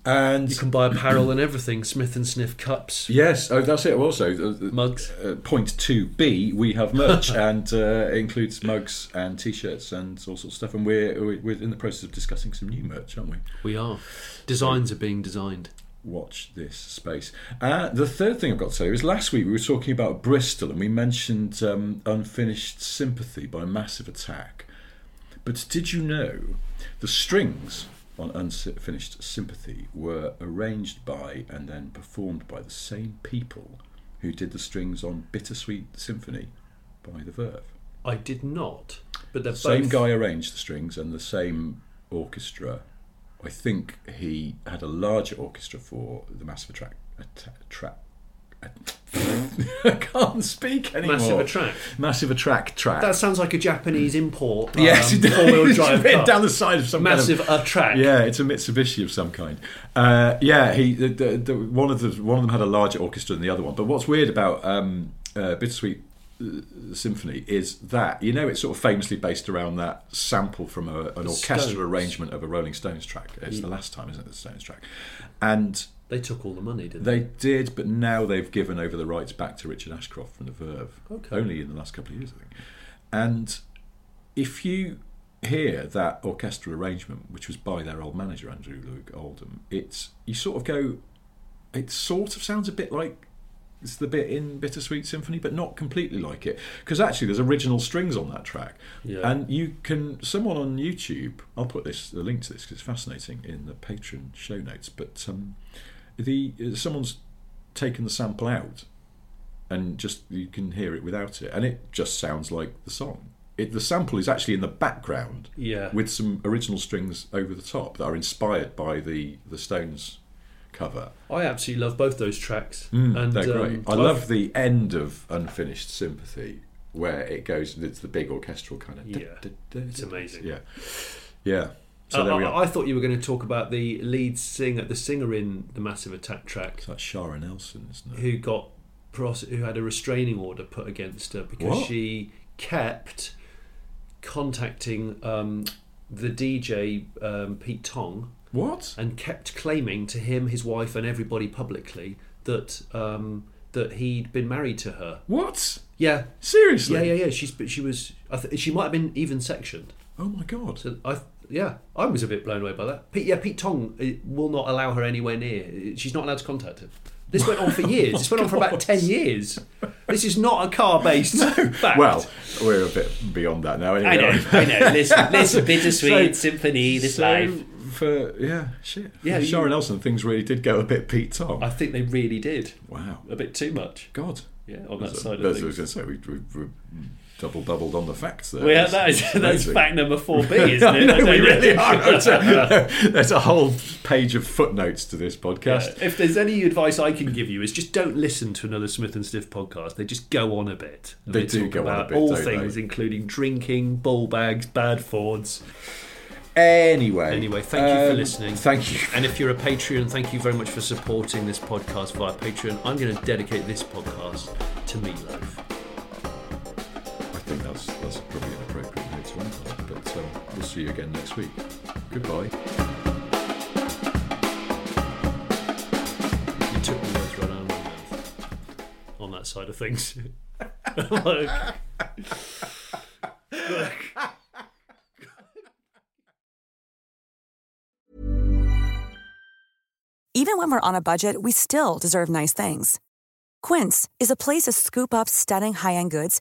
S1: And
S2: Oh, You can buy apparel and everything. Smith and Sniff cups,
S1: yes, oh, that's it. Also, uh,
S2: mugs.
S1: uh, point two B, we have merch, and uh, it includes mugs and T-shirts and all sorts of stuff. And we're we're we're in the process of discussing some new merch, aren't we?
S2: We are. Designs are being designed.
S1: Watch this space. Uh, the third thing I've got to say is last week we were talking about Bristol and we mentioned um, "Unfinished Sympathy" by Massive Attack. But did you know the strings on Unfinished Sympathy were arranged by and then performed by the same people who did the strings on Bittersweet Symphony by The Verve?
S2: I did not, but they're
S1: Same
S2: both.
S1: guy arranged the strings and the same orchestra. I think he had a larger orchestra for the Massive Attract. Atta- Attract- I can't speak anymore.
S2: Massive Attract.
S1: Massive Attract track.
S2: That sounds like a Japanese import.
S1: yes,
S2: um,
S1: it does.
S2: four-wheel
S1: It's
S2: drive
S1: written
S2: car.
S1: down the side of some kind of-
S2: massive attract.
S1: yeah, it's a Mitsubishi of some kind. Uh, yeah, he the, the, the, one of the one of them had a larger orchestra than the other one. But what's weird about um, uh, Bittersweet uh, Symphony is that you know it's sort of famously based around that sample from a, an orchestral
S2: Stones.
S1: arrangement of a Rolling Stones track. It's the last time, isn't it, the Stones track? And
S2: They took all the money, didn't they?
S1: they did, but now they've given over the rights back to Richard Ashcroft from The Verve. Okay. Only in the last couple of years, I think. And if you hear that orchestral arrangement, which was by their old manager Andrew Luke Oldham, it's you sort of go, it sort of sounds a bit like it's the bit in Bittersweet Symphony, but not completely like it because actually there's original strings on that track,
S2: Yeah.
S1: and you can someone on YouTube. I'll put this the link to this because it's fascinating in the Patreon show notes. But um, the uh, someone's taken the sample out, and just you can hear it without it, and it just sounds like the song. It, the sample is actually in the background,
S2: Yeah.
S1: with some original strings over the top that are inspired by the the Stones cover.
S2: I absolutely love both those tracks. and
S1: Mm, They're great.
S2: um,
S1: I love the end of Unfinished Sympathy where it goes. It's the big orchestral kind of.
S2: Yeah. It's amazing.
S1: Yeah, yeah. So
S2: Uh,
S1: there we
S2: I,
S1: are.
S2: I thought you were going to talk about the lead singer, the singer in the Massive Attack track,
S1: That's Shara Nelson, isn't it?
S2: who got pros- who had a restraining order put against her because
S1: What?
S2: she kept contacting um, the DJ um, Pete Tong
S1: What?
S2: and kept claiming to him, his wife, and everybody publicly that um, that he'd been married to her.
S1: What?
S2: Yeah,
S1: Seriously?
S2: yeah, yeah, yeah. She's but she was. I th- she might have been even sectioned.
S1: Oh my god.
S2: So I, yeah, I was a bit blown away by that. Pete, yeah, Pete Tong uh, will not allow her anywhere near. Uh, She's not allowed to contact him. This went on for years. this went on for
S1: Oh,
S2: about ten years. This is not a car-based fact.
S1: Well, we're a bit beyond that now. Anyway,
S4: I know, I know. This, this bittersweet
S1: So-
S4: symphony, this
S1: So,
S4: life.
S1: For yeah, shit. Yeah,
S2: Yeah, you-
S1: Shara Nelson, things really did go a bit Pete Tong.
S2: I think they really did
S1: wow.
S2: a bit too much.
S1: God.
S2: Yeah, on that
S1: That's
S2: side
S1: what
S2: of
S1: I was
S2: things.
S1: going to say. We, we, we double doubled on the facts there.
S4: Well,
S1: That's-
S4: that is, that's
S1: amazing.
S4: fact number 4B, isn't it?
S1: I know,
S4: I
S1: we
S4: don't
S1: really
S4: know.
S1: are. It's a- There's a whole page of footnotes to this podcast.
S2: If there's any advice I can give you, is just don't listen to another Smith and Sniff podcast. They just go on a bit. And
S1: They do
S2: talk
S1: go on a
S2: about
S1: bit,
S2: all
S1: don't they?
S2: things, including drinking, ball bags, bad Fords.
S1: Anyway,
S2: Anyway, thank you for
S1: um,
S2: listening.
S1: Thank you.
S2: And if you're a Patreon, thank you very much for supporting this podcast via Patreon. I'm going to dedicate this podcast to Meatloaf.
S1: I think that's that's probably an appropriate way to end on, but um, we'll see you again next week. Goodbye.
S2: You took the words right out of my mouth on that side of things. Like-
S5: even when we're on a budget, we still deserve nice things. Quince is a place to scoop up stunning high-end goods